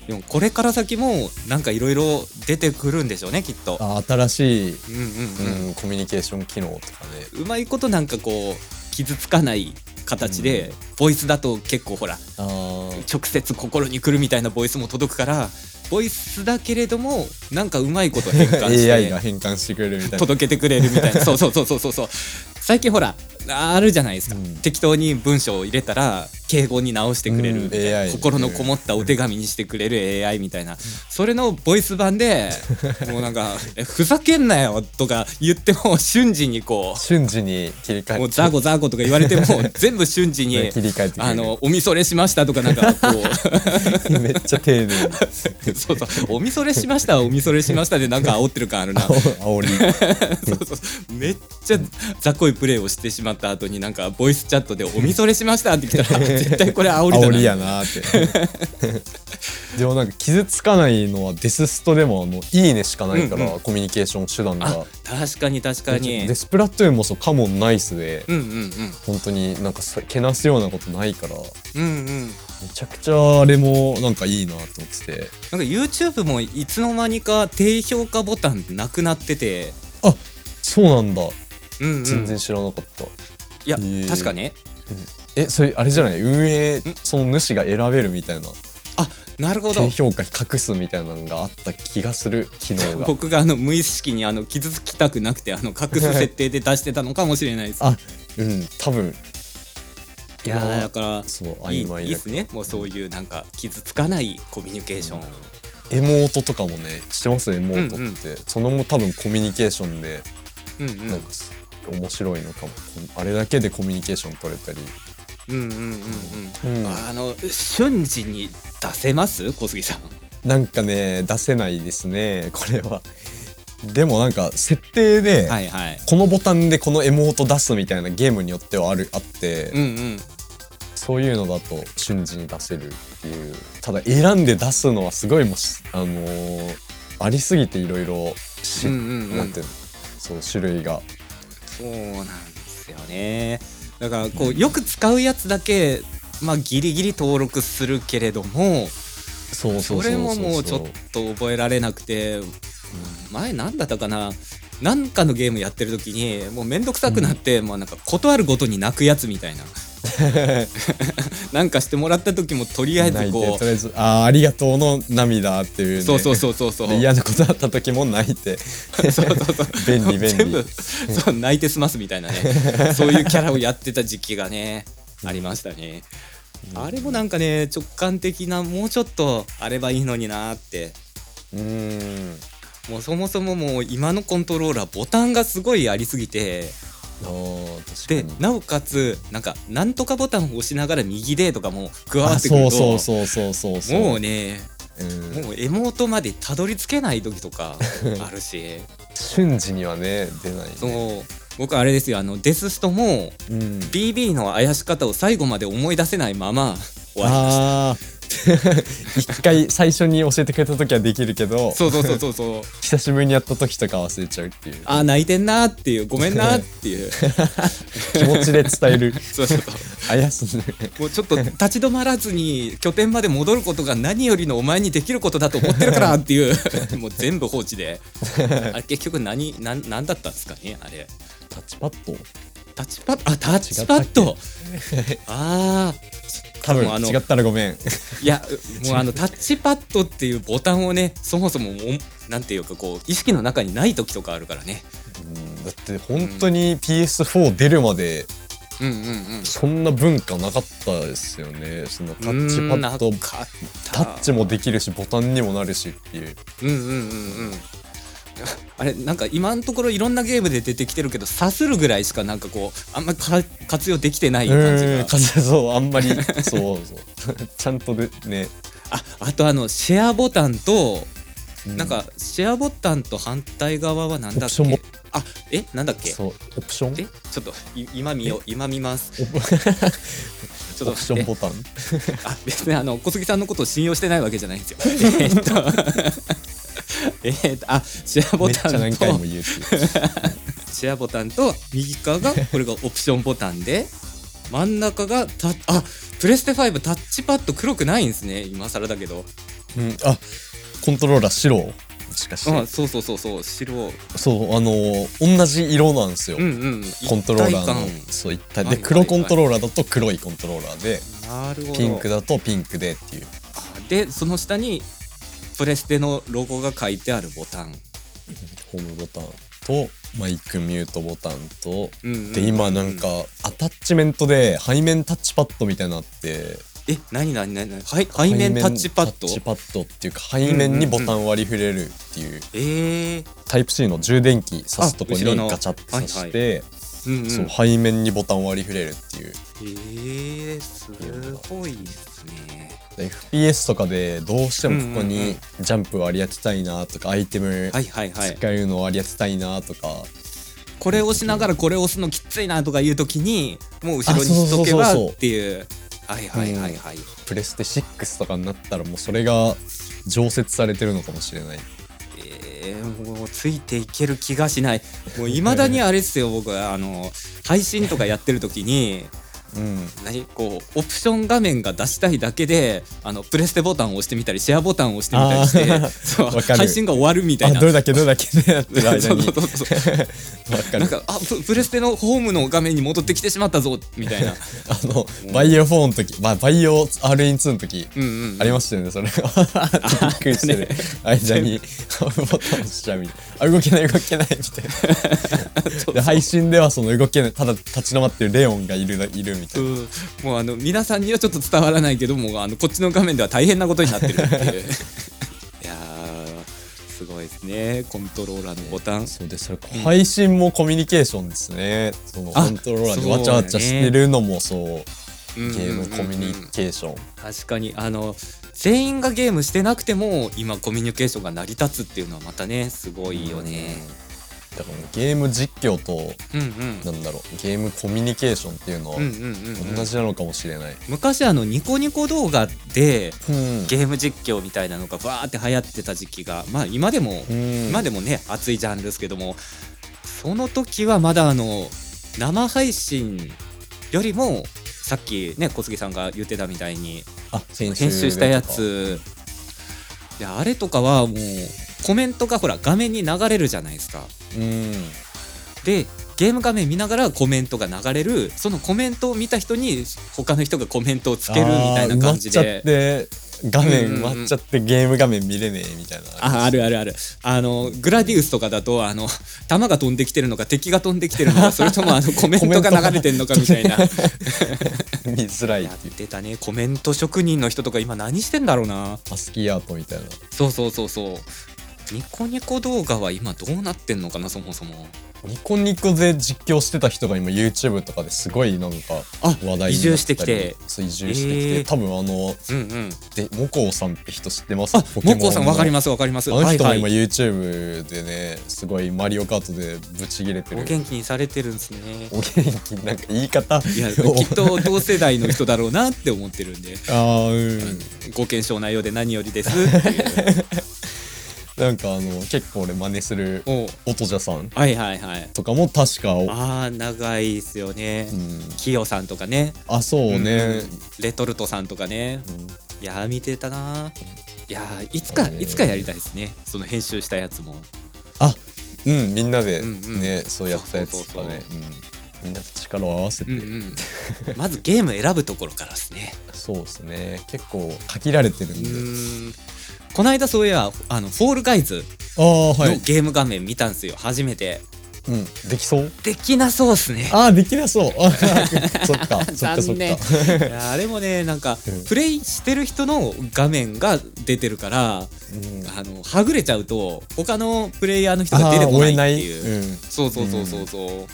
Speaker 1: でもこれから先もなんかいろいろ出てくるんでしょうねきっと
Speaker 2: あ新しい、
Speaker 1: うんうんうん、
Speaker 2: うん、コミュニケーション機能とかね
Speaker 1: うまいことなんかこう傷つかない形で、ボイスだと結構ほら
Speaker 2: あー
Speaker 1: 直接心に来るみたいなボイスも届くからボイスだけれどもなんかうまいこと変換し て
Speaker 2: AI が変換してくれるみたいな
Speaker 1: 届けてくれるみ たいなそうそうそうそうそうそう最近ほらあるじゃないですか、
Speaker 2: うん
Speaker 1: 適当に文章を入れたら敬語に直してくれるみたいな、
Speaker 2: うん AI
Speaker 1: 心のこもったお手紙にしてくれる AI みたいな、それのボイス版 でもうなんか「えふざけんなよ」とか言っても瞬時に こ
Speaker 2: 瞬時に切り替
Speaker 1: う「
Speaker 2: え
Speaker 1: もうザーゴザーゴ」とか言われても全部瞬 時に
Speaker 2: 切り替えてく
Speaker 1: 「
Speaker 2: れる
Speaker 1: あのおみそれしました」とかなんかこう
Speaker 2: めっちゃ丁 寧に
Speaker 1: そうそう「おみそれしましたはおみそれしました」でなんか煽ってる感あるな。
Speaker 2: 煽り
Speaker 1: そうそうそうめっちゃ雑魚いプレーをしてしまった後になんかボイスチャットで「おみそれしました」って来たら 絶対これ煽りだな
Speaker 2: 煽りやなーって でもなんか傷つかないのはデスストでもあの「いいね」しかないから、
Speaker 1: うん
Speaker 2: コミュニケーション手段
Speaker 1: あ
Speaker 2: が
Speaker 1: 確かに確かに
Speaker 2: デスプラトゥーンもそうカモンナイスで、
Speaker 1: うんうん
Speaker 2: 本当になんかそけなすようなことないからめ
Speaker 1: うんうんうん
Speaker 2: ちゃくちゃあれもなんかいいなと思ってて
Speaker 1: なんか YouTube もいつの間にか低評価ボタンなくなってて、
Speaker 2: あそうなんだ
Speaker 1: うんうん、
Speaker 2: 全然知らなかった、
Speaker 1: いや
Speaker 2: えー
Speaker 1: 確かね
Speaker 2: えそれあれじゃない運営
Speaker 1: ん
Speaker 2: その主が選べるみたいな
Speaker 1: あなるほど
Speaker 2: 低評価隠すみたいなのがあった気がする機能が
Speaker 1: 僕があの無意識にあの傷つきたくなくてあの隠す設定で出してたのかもしれないです
Speaker 2: あうん多分
Speaker 1: いやーだから
Speaker 2: そう
Speaker 1: いい
Speaker 2: 曖昧
Speaker 1: いい
Speaker 2: だ
Speaker 1: ですねもうそういうなんか傷つかないコミュニケーション、
Speaker 2: エモートとかもねしてますエモート
Speaker 1: うんうん
Speaker 2: って、そのも多分コミュニケーションで
Speaker 1: うんう
Speaker 2: なん
Speaker 1: ん
Speaker 2: か面白いのかも、あれだけでコミュニケーション取れたり、
Speaker 1: うんうんうんうん、
Speaker 2: うん
Speaker 1: あの瞬時に出せます小杉さん
Speaker 2: なんかね出せないですねこれはでもなんか設定で、
Speaker 1: はいはい
Speaker 2: このボタンでこのエモート出すみたいなゲームによってはあるあって、
Speaker 1: うんうん
Speaker 2: そういうのだと瞬時に出せるっていうただ選んで出すのはすごいもうしあのーありすぎていろいろし
Speaker 1: うんうんうん
Speaker 2: なんていうのそう種類が
Speaker 1: そうなんですよねだからこうよく使うやつだけまあギリギリ登録するけれども
Speaker 2: そう
Speaker 1: そ
Speaker 2: そ
Speaker 1: う
Speaker 2: そうそう
Speaker 1: れももうちょっと覚えられなくて前何だったかななんかのゲームやってる時にもうめんどくさくなって、まあなんか断るごとに泣くやつみたい ななんかしてもらった時もとりあえ
Speaker 2: 泣
Speaker 1: ず
Speaker 2: いて
Speaker 1: ことう
Speaker 2: りあえず「あーありがとう」の涙っていう、ね、
Speaker 1: そうそうそうそうそう
Speaker 2: で嫌なことあった時も泣 いて
Speaker 1: そうそうそう
Speaker 2: 便利便
Speaker 1: 全部
Speaker 2: 利
Speaker 1: そう泣いて済ますみたいなねそういうキャラをやってた時期がねありましたね、あれもなんかね直感的なもうちょっとあればいいのになーって
Speaker 2: うーん
Speaker 1: もうそもそももう今のコントローラーボタンがすごいありすぎて
Speaker 2: あー
Speaker 1: で
Speaker 2: 確かに
Speaker 1: なおかつなんかなんとかボタンを押しながら右でとかも加わ
Speaker 2: あ
Speaker 1: ってくる
Speaker 2: そ
Speaker 1: と
Speaker 2: うそうそうそうそうそう
Speaker 1: もうね
Speaker 2: うん
Speaker 1: もうエモートまでたどり着けない時とかあるし
Speaker 2: 瞬時にはね出ないね
Speaker 1: そう僕あれですよあのデスストも
Speaker 2: うん
Speaker 1: BB の怪し方を最後まで思い出せないまま終わりまし
Speaker 2: あー一回最初に教えてくれた時はできるけど
Speaker 1: たそうそうそうそう そう
Speaker 2: 久しぶりにやった時とか忘れちゃうっていう
Speaker 1: あー泣いてんなーっていうごめんなーっていう
Speaker 2: 気持ちで伝 える
Speaker 1: そうそうそう
Speaker 2: あやすね
Speaker 1: もうちょっ と立ち止まらずに拠点まで戻ることが何よりのお前にできることだと思ってるからって いうもう全部放置であれ結局何何何だったんですかねあれ
Speaker 2: タッチパッド
Speaker 1: タッチパッドあタッチパッド ああ
Speaker 2: 多分
Speaker 1: もうあの
Speaker 2: 違ったらごめん
Speaker 1: いやもうあのタッチパッドっていうボタンをねそもそももうなんていうかこう意識の中にない時とかあるからね
Speaker 2: だって本当に PS4 出るまで
Speaker 1: うんうんうん
Speaker 2: そんな文化なかったですよねそのタッチパッド
Speaker 1: うんなかった
Speaker 2: タッチもできるしボタンにもなるしっていう
Speaker 1: うんうんうんうんあれなんか今のところいろんなゲームで出てきてるけどさするぐらいしかなんかこうあんまりか活用できてない感じ
Speaker 2: うん
Speaker 1: が
Speaker 2: 風そうあんまり そうそうちゃんとでね
Speaker 1: ああとあのシェアボタンと
Speaker 2: うん
Speaker 1: なんかシェアボタンと反対側はなんだっ
Speaker 2: オプションボ
Speaker 1: けあえなんだっけ
Speaker 2: そうオプション
Speaker 1: えちょっとい今見よう今見ます
Speaker 2: オプ
Speaker 1: ちょ
Speaker 2: オ
Speaker 1: っ
Speaker 2: プシ
Speaker 1: と
Speaker 2: ョンボタン
Speaker 1: えあ別にあの小杉さんのことを信用してないわけじゃないん ですよえーっとえーっとあシェアボ
Speaker 2: めっち
Speaker 1: タ
Speaker 2: ゃ
Speaker 1: ン
Speaker 2: 何回も
Speaker 1: と
Speaker 2: 言うっていう
Speaker 1: シェアボタンと右側がこれがオプションボタン で真ん中がタッあプレステ5タッチパッド黒くないんですね今更だけど、
Speaker 2: うん、あコントローラー白もしかして、
Speaker 1: うん、そうそうそうそう白
Speaker 2: そうあのー同じ色なんですよ、
Speaker 1: うんうん
Speaker 2: コントローラ
Speaker 1: 一体
Speaker 2: ー
Speaker 1: 感
Speaker 2: のそう一体
Speaker 1: はいは
Speaker 2: で
Speaker 1: い
Speaker 2: 黒コントローラーだと黒いコントローラーで
Speaker 1: なるほど
Speaker 2: ピンクだとピンクでっていう
Speaker 1: でその下にプレステのロゴが書いてあるボタン、
Speaker 2: ホームボタンとマイクミュートボタンと
Speaker 1: うんうん
Speaker 2: で今なんかアタッチメントで背面タッチパッドみたいなのあって
Speaker 1: え何何何何はい背面タッチパッド
Speaker 2: 背面タッチパッドっていうか背面にボタン割り振れるっていう
Speaker 1: ええ
Speaker 2: タイプ C の充電器挿すとこ
Speaker 1: あ
Speaker 2: に
Speaker 1: 後ろの
Speaker 2: ガチャって挿して、
Speaker 1: うんうん
Speaker 2: そう背面にボタン割り振れるっていう
Speaker 1: えー、すごいですね
Speaker 2: で FPS とかでどうしてもここ
Speaker 1: うんうんう
Speaker 2: にジャンプ割り当てたいなとか、アイテム
Speaker 1: はいはいはい
Speaker 2: 使うの割り当てたいなとか、
Speaker 1: これ押しながらこれ押すのきついなとかいう時にもう後ろに
Speaker 2: あそう
Speaker 1: し
Speaker 2: そ
Speaker 1: と
Speaker 2: うそう
Speaker 1: け
Speaker 2: そう
Speaker 1: ば
Speaker 2: そう
Speaker 1: っていうはいはいはいはい、
Speaker 2: プレステ6とかになったらもうそれが常設されてるのかもしれない
Speaker 1: えー、もうついていける気がしないもういまだにあれですよ僕あの配信とかやってる時に
Speaker 2: うん
Speaker 1: 何こうオプション画面が出したいだけであのプレステボタンを押してみたりシェアボタンを押してみたり してそう
Speaker 2: わかる
Speaker 1: 配信が終わるみた
Speaker 2: あ
Speaker 1: いな。
Speaker 2: どれだけどれだけでやってる
Speaker 1: そ
Speaker 2: 間
Speaker 1: う
Speaker 2: に
Speaker 1: そう
Speaker 2: わ
Speaker 1: そうそうな
Speaker 2: か
Speaker 1: ん
Speaker 2: る
Speaker 1: かあププレステのホームの画面に戻ってきてしまったぞみたいな、
Speaker 2: あのバイオ4の時、まあ、バイオ RN2 の時、
Speaker 1: うんうん、
Speaker 2: ありましたよね、それ。びっくりしてね。間に、ボタン押しちゃうみたいな。あ、動けない、動けない、みたいな。
Speaker 1: そう
Speaker 2: で配信ではその動けないただ立ち止まってるレオンがいるいるみた
Speaker 1: う
Speaker 2: いなん
Speaker 1: もうあの皆さんにはちょっと伝わらないけどもあのこっちの画面では大変なことになってるって いういやーすごいですねコントローラーのボタン
Speaker 2: そうでそれ配信もコミュニケーションですね、その
Speaker 1: あ
Speaker 2: コントローラ
Speaker 1: そ
Speaker 2: ー
Speaker 1: う
Speaker 2: で
Speaker 1: だね
Speaker 2: わちゃわちゃしてるのもそう
Speaker 1: うんうんうん
Speaker 2: ゲームコミュニケーション、
Speaker 1: 確かにあの全員がゲームしてなくても今コミュニケーションが成り立つっていうのはまたねすごいよね。
Speaker 2: うんだからもうゲーム実況と
Speaker 1: うんうん
Speaker 2: なんだろうゲームコミュニケーションっていうのは
Speaker 1: うんうんうんう
Speaker 2: 同
Speaker 1: ん
Speaker 2: じなのかもしれない、
Speaker 1: 昔あのニコニコ動画で
Speaker 2: うん
Speaker 1: ゲーム実況みたいなのがバーって流行ってた時期がまあ今でも
Speaker 2: うん
Speaker 1: 今でもね熱いジャンルですけどもその時はまだあの生配信よりもさっきね小杉さんが言ってたみたいに
Speaker 2: あ編
Speaker 1: 編集したや
Speaker 2: とか
Speaker 1: つであれとかはもうコメントがほら画面に流れるじゃないですか
Speaker 2: うん
Speaker 1: でゲーム画面見ながらコメントが流れるそのコメントを見た人に他の人がコメントをつけるみたいな感じ
Speaker 2: あー埋まっ
Speaker 1: で
Speaker 2: ちゃって画面埋まっちゃってゲーム画面見れねえみたいな
Speaker 1: ああるあるあるあのグラディウスとかだとあの弾が飛んできてるのか敵が飛んできてる のかそれともあのコメントが流れてるのかみた いなや
Speaker 2: 見づらいっていう
Speaker 1: ってたねコメント職人の人とか今何してんだろうな
Speaker 2: アスキーアートみたいな
Speaker 1: そうそうそうそうニコニコ動画は今どうなってんのかなそもそも
Speaker 2: ニコニコで実況してた人が今 YouTube とかですごいなんか
Speaker 1: あ
Speaker 2: 話題になったり
Speaker 1: 移住してきて
Speaker 2: そう移住してきて、
Speaker 1: えー
Speaker 2: 多分あの
Speaker 1: うんうん
Speaker 2: でモコウさんって人知ってます
Speaker 1: あモッコーさんわかり
Speaker 2: ま
Speaker 1: ますわかります
Speaker 2: あの人も
Speaker 1: はい
Speaker 2: 今
Speaker 1: はい
Speaker 2: YouTube でねすごいマリオカートでぶち切れてる
Speaker 1: お元気にされてるんですね
Speaker 2: お元気なんか言い方
Speaker 1: い や
Speaker 2: を
Speaker 1: きっと同世代の人だろうなって思ってるんで
Speaker 2: あーうん
Speaker 1: ご健勝なようで何よりですって いう
Speaker 2: なんかあの結構俺真似する
Speaker 1: お
Speaker 2: 音じゃさん
Speaker 1: はいはいはい
Speaker 2: とかも確か、
Speaker 1: あー長いですよね、
Speaker 2: うん、
Speaker 1: キヨさんとかね
Speaker 2: あそうね、
Speaker 1: レトルトさんとかね
Speaker 2: うん
Speaker 1: いやー見てたなーいやーいつか
Speaker 2: そうね
Speaker 1: いつかやりたいですねその編集したやつも
Speaker 2: あうんみんなでね、
Speaker 1: うんうん
Speaker 2: そうやったやつとかね
Speaker 1: そ
Speaker 2: うんみんなと力を合わせて、
Speaker 1: うんうん まずゲーム選ぶところからですね
Speaker 2: そうですね結構限られてる
Speaker 1: うん
Speaker 2: で、
Speaker 1: ーんこの間そういやあのフォールガイズ
Speaker 2: ああは
Speaker 1: の
Speaker 2: い、
Speaker 1: ゲーム画面見たんすよ、初めて
Speaker 2: うん、できそう
Speaker 1: できなそうっすね
Speaker 2: ああできなそうあーそっかそっかそっ
Speaker 1: 残
Speaker 2: か
Speaker 1: 念いやあれもねなんか
Speaker 2: うん
Speaker 1: プレイしてる人の画面が出てるから
Speaker 2: うん
Speaker 1: あのはぐれちゃうと他のプレイヤーの人が出てこないっていう
Speaker 2: あー追えない、うん、
Speaker 1: そうそうそうそうそう、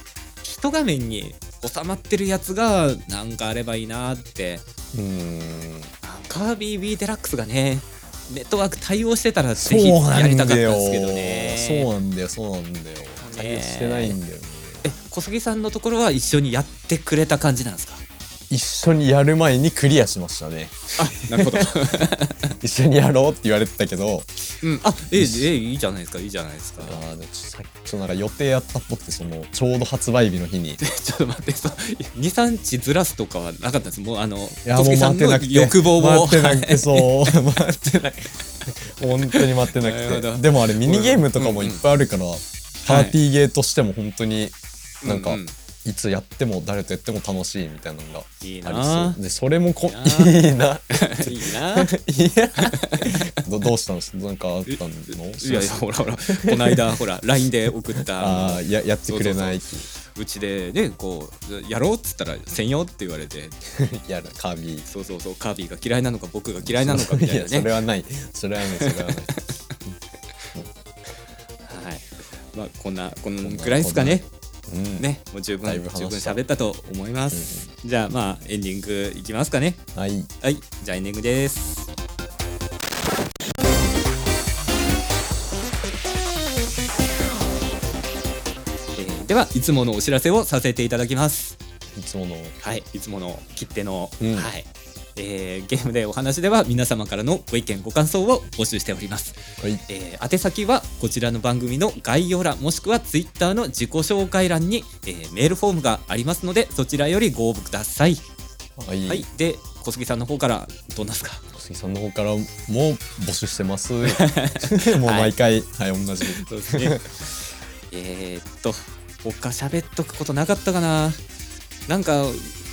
Speaker 1: 一画面に収まってるやつがなんかあればいいなって
Speaker 2: うーん
Speaker 1: あカービィ B デラックスがねネットワーク対応してたら
Speaker 2: そ
Speaker 1: ぜ
Speaker 2: う
Speaker 1: ひ
Speaker 2: な
Speaker 1: やり
Speaker 2: ん
Speaker 1: たかったん
Speaker 2: だよ
Speaker 1: ですけどね
Speaker 2: そうなんだよそうなんだよ対応してないんだよね
Speaker 1: え小杉さんのところは一緒にやってくれた感じなんですか
Speaker 2: 一緒にやる前にクリアしました ね
Speaker 1: あなるほど、
Speaker 2: 一緒にやろうって言われてたけど
Speaker 1: うん、あええいいじゃないですかいいじゃないです か
Speaker 2: あーでもちょっとさっきなんか予定やったっぽくてそのちょうど発売日の 日にい
Speaker 1: ちょっと待ってそう23日ずらすとかはなかったんですもうあの
Speaker 2: や
Speaker 1: 小
Speaker 2: もう
Speaker 1: 杉さ
Speaker 2: 待っ
Speaker 1: ん
Speaker 2: て
Speaker 1: の
Speaker 2: なくて
Speaker 1: 欲望を
Speaker 2: 待ってなく てそう待ってなくて本当に待ってな
Speaker 1: なるほ
Speaker 2: く
Speaker 1: ど
Speaker 2: てでもあれミニゲームとかもいっぱいあるから、パーティーゲーとしても本当になんか、
Speaker 1: う
Speaker 2: いつやっても誰とやっても楽しいみたいなのが
Speaker 1: いいな
Speaker 2: ありそうでそれもこ
Speaker 1: い
Speaker 2: いいな
Speaker 1: いいない
Speaker 2: やど どうしたんですなんかあったの
Speaker 1: いやいやほらほらこの間ほら LINE で送ったあ
Speaker 2: あ
Speaker 1: の
Speaker 2: ーややってくれないっていう
Speaker 1: うちでねこうやろうっつったら「専用」って言われて
Speaker 2: やだカービィ
Speaker 1: そうそうそうカービィが嫌いなのか僕が嫌いなのかみたい
Speaker 2: や
Speaker 1: な
Speaker 2: そ
Speaker 1: ね
Speaker 2: れはない それはないそれはない
Speaker 1: はいまあこんなこんぐらいですかね
Speaker 2: うん
Speaker 1: ねもう十分
Speaker 2: だい
Speaker 1: 十
Speaker 2: ぶ
Speaker 1: 分
Speaker 2: 話した
Speaker 1: 喋ったと思いますじゃあまあエンディングいきますかね
Speaker 2: はい
Speaker 1: はいじゃあエンディングですえーではいつものお知らせをさせていただきます
Speaker 2: いつもの
Speaker 1: はい、いつもの切手の、
Speaker 2: うん
Speaker 1: はい。えーゲームでお話では皆様からのご意見ご感想を募集しております、
Speaker 2: はい
Speaker 1: えー宛先はこちらの番組の概要欄もしくは Twitter の自己紹介欄に、えーメールフォームがありますのでそちらよりご応募ください、
Speaker 2: はい、
Speaker 1: はいで小杉さんの方からどうなんですか
Speaker 2: 小杉さんの方からも募集し てますもう毎回はい、同じ
Speaker 1: そうですねえーっと他喋っとくことなかったかななんか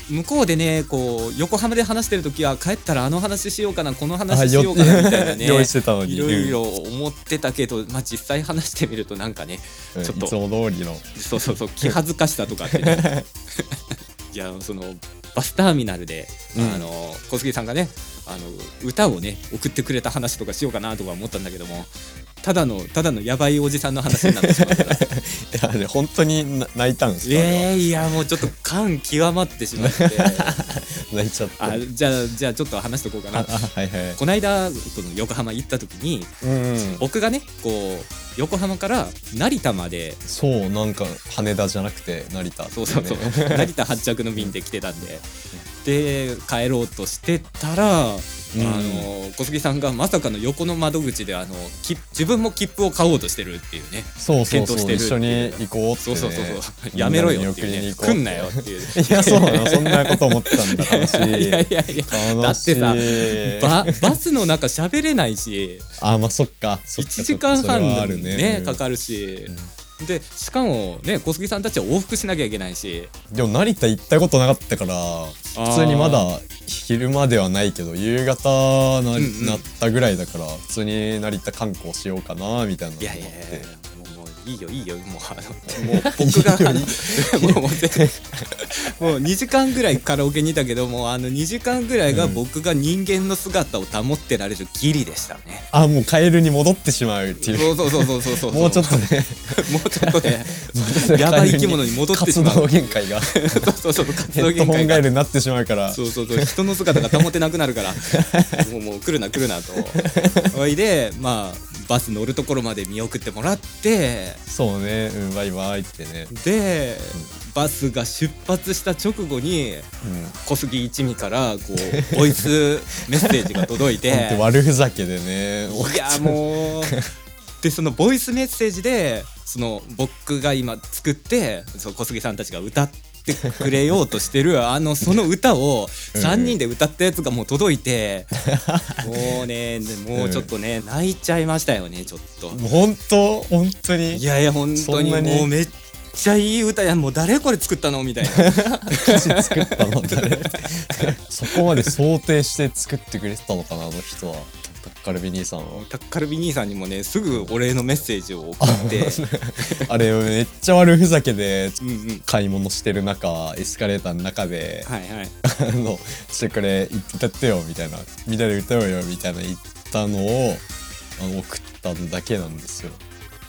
Speaker 1: 向こうでねこう横浜で話してる時は帰ったらあの話しようかなこの話しようかなみたいなね
Speaker 2: 用意してたのに
Speaker 1: いろいろ思ってたけど、まあ、実際話してみるとなんかね
Speaker 2: うんうん
Speaker 1: ちょっと
Speaker 2: いつも通りの
Speaker 1: そうそうそう気恥ずかしさとかあってねいやそのバスターミナルで、
Speaker 2: うん
Speaker 1: あの小杉さんがねあの歌をね送ってくれた話とかしようかなとか思ったんだけどもただのただのやばいおじさんの話になってしまった
Speaker 2: いやあれ本当にな泣いたんですか、あれは
Speaker 1: えーいやもうちょっと感極まってしまって
Speaker 2: 泣いちゃって
Speaker 1: あじゃあじゃあちょっと話しと こうか
Speaker 2: あ
Speaker 1: な
Speaker 2: あ はいはい
Speaker 1: この間この横浜行った時に
Speaker 2: うん
Speaker 1: 僕がねこう横浜から成田まで
Speaker 2: そうなんか羽田じゃなくて成田って
Speaker 1: そ
Speaker 2: いうね
Speaker 1: そうそう成田発着の便で来てたんでで帰ろうとしてたら、あの小杉さんがまさかの横の窓口であのき自分も切符を買おうとしてるっていうね
Speaker 2: そうそう
Speaker 1: 検討し
Speaker 2: そ
Speaker 1: て
Speaker 2: う、
Speaker 1: る
Speaker 2: 一緒に行こうって、
Speaker 1: そう
Speaker 2: ね、
Speaker 1: そうそうそう、やめろよっていう
Speaker 2: みんなで見送りに
Speaker 1: ね
Speaker 2: 行こう
Speaker 1: 来んなよっ
Speaker 2: って
Speaker 1: ていう
Speaker 2: いやそうなのそんなこと思ってたんだ楽しい
Speaker 1: いやいやいや だ
Speaker 2: 楽
Speaker 1: っ
Speaker 2: しい
Speaker 1: てさババスの中喋れないし
Speaker 2: あまあそっかそっか
Speaker 1: 1時間半
Speaker 2: それはあ
Speaker 1: ね
Speaker 2: るねうん
Speaker 1: かかるし、でしかもね小杉さんたちは往復しなきゃいけないし
Speaker 2: でも成田行ったことなかったから普通にまだ昼間ではないけど夕方な,、
Speaker 1: んうん
Speaker 2: なったぐらいだから普通に成田観光しようかなみたいなの
Speaker 1: い
Speaker 2: 思
Speaker 1: や
Speaker 2: っ
Speaker 1: いやい
Speaker 2: て
Speaker 1: や もうもういいよいいよもうあのもう僕が
Speaker 2: いいよ
Speaker 1: あの もうもう全もう2時間ぐらいカラオケにいたけどもうあの2時間ぐらいが僕が人間の姿を保ってられるギリでしたね。
Speaker 2: あもうカエルに戻ってしまうっていう
Speaker 1: そうそうそうそうそうそう
Speaker 2: もうちょっとね
Speaker 1: もうちょっと ねやばい生き物に戻ってしまう
Speaker 2: 活動限界が
Speaker 1: そうそうそう活
Speaker 2: ヘ
Speaker 1: 動
Speaker 2: ッド
Speaker 1: 限
Speaker 2: ホン
Speaker 1: 界
Speaker 2: ガエ
Speaker 1: が
Speaker 2: ルになってしまうから
Speaker 1: そうそうそう人の姿が保てなくなるからもうもう来るな来るなとおいでまあバス乗るところまで見送ってもらって
Speaker 2: そうね、うん、バイバイってね。
Speaker 1: でバスが出発した直後に
Speaker 2: うん。
Speaker 1: 小杉一味からこうボイスメッセージが届いて
Speaker 2: ほんと悪ふざけでね。
Speaker 1: いやもう でそのボイスメッセージでその僕が今作ってその小杉さんたちが歌ってくれようとして るあのその歌を
Speaker 2: うん
Speaker 1: 3人で歌ったやつがもう届い てもうねでもうちょっとね泣いちゃいましたよねちょっと。
Speaker 2: 本当本当に。
Speaker 1: いやいや本当に
Speaker 2: そんなに
Speaker 1: もうめっちゃいい歌やんもう誰これ作ったのみたいな。
Speaker 2: 歌詞作ったの誰 そこまで想定して作ってくれてたのかな、あの人は。タッカルビ兄さんは。
Speaker 1: タッカルビ兄さんにもねすぐお礼のメッセージを送 って
Speaker 2: あれ、めっちゃ悪ふざけで、
Speaker 1: うんうん
Speaker 2: 買い物してる中、エスカレーターの中で、
Speaker 1: はいはい
Speaker 2: あの、ちょっとこれ、歌ってよ、みたいな。みんなで歌おうよ、みたいな言ったのを、あの送っただけなんですよ。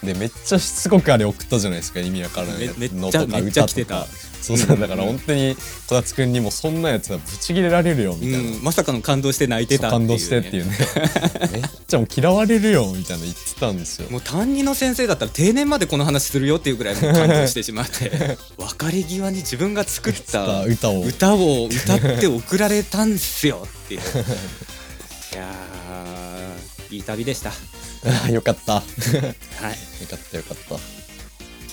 Speaker 2: でめっちゃしつこくあれ送ったじゃないですか意味わからない
Speaker 1: めめ
Speaker 2: の
Speaker 1: っちゃ
Speaker 2: とか
Speaker 1: めっちゃ
Speaker 2: 歌
Speaker 1: 来て
Speaker 2: と
Speaker 1: た
Speaker 2: かそうそう
Speaker 1: うん
Speaker 2: だから本当にこたつくんにもそんなやつはブチ切れられるよみたいな、
Speaker 1: うん、まさかの感動して泣いてたっていう、ね、
Speaker 2: 感動してって いうねめっちゃもう嫌われるよみたいな言ってたんですよ
Speaker 1: もう担任の先生だったら定年までこの話するよっていうぐらいもう感動してしまって 別れ際に自分が作った
Speaker 2: 歌を
Speaker 1: 歌を歌って送られたんすよ っていういやーいい旅でしたは
Speaker 2: あー よかったよ
Speaker 1: い
Speaker 2: かったよかっ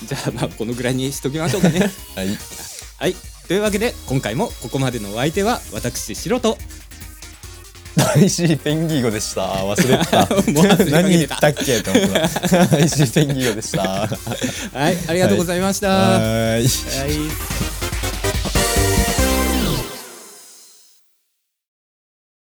Speaker 1: じゃあまあこのぐらいにしときましょうか ね
Speaker 2: たはい
Speaker 1: はいというわけで今回もここまでのお相手は私シロと
Speaker 2: 大石ペンギーゴでした忘れてた
Speaker 1: もう忘れかけてた
Speaker 2: 何言ったっけと 思った大石ペンギーゴでしたは
Speaker 1: はいありがとうございました、
Speaker 2: ーい
Speaker 1: はい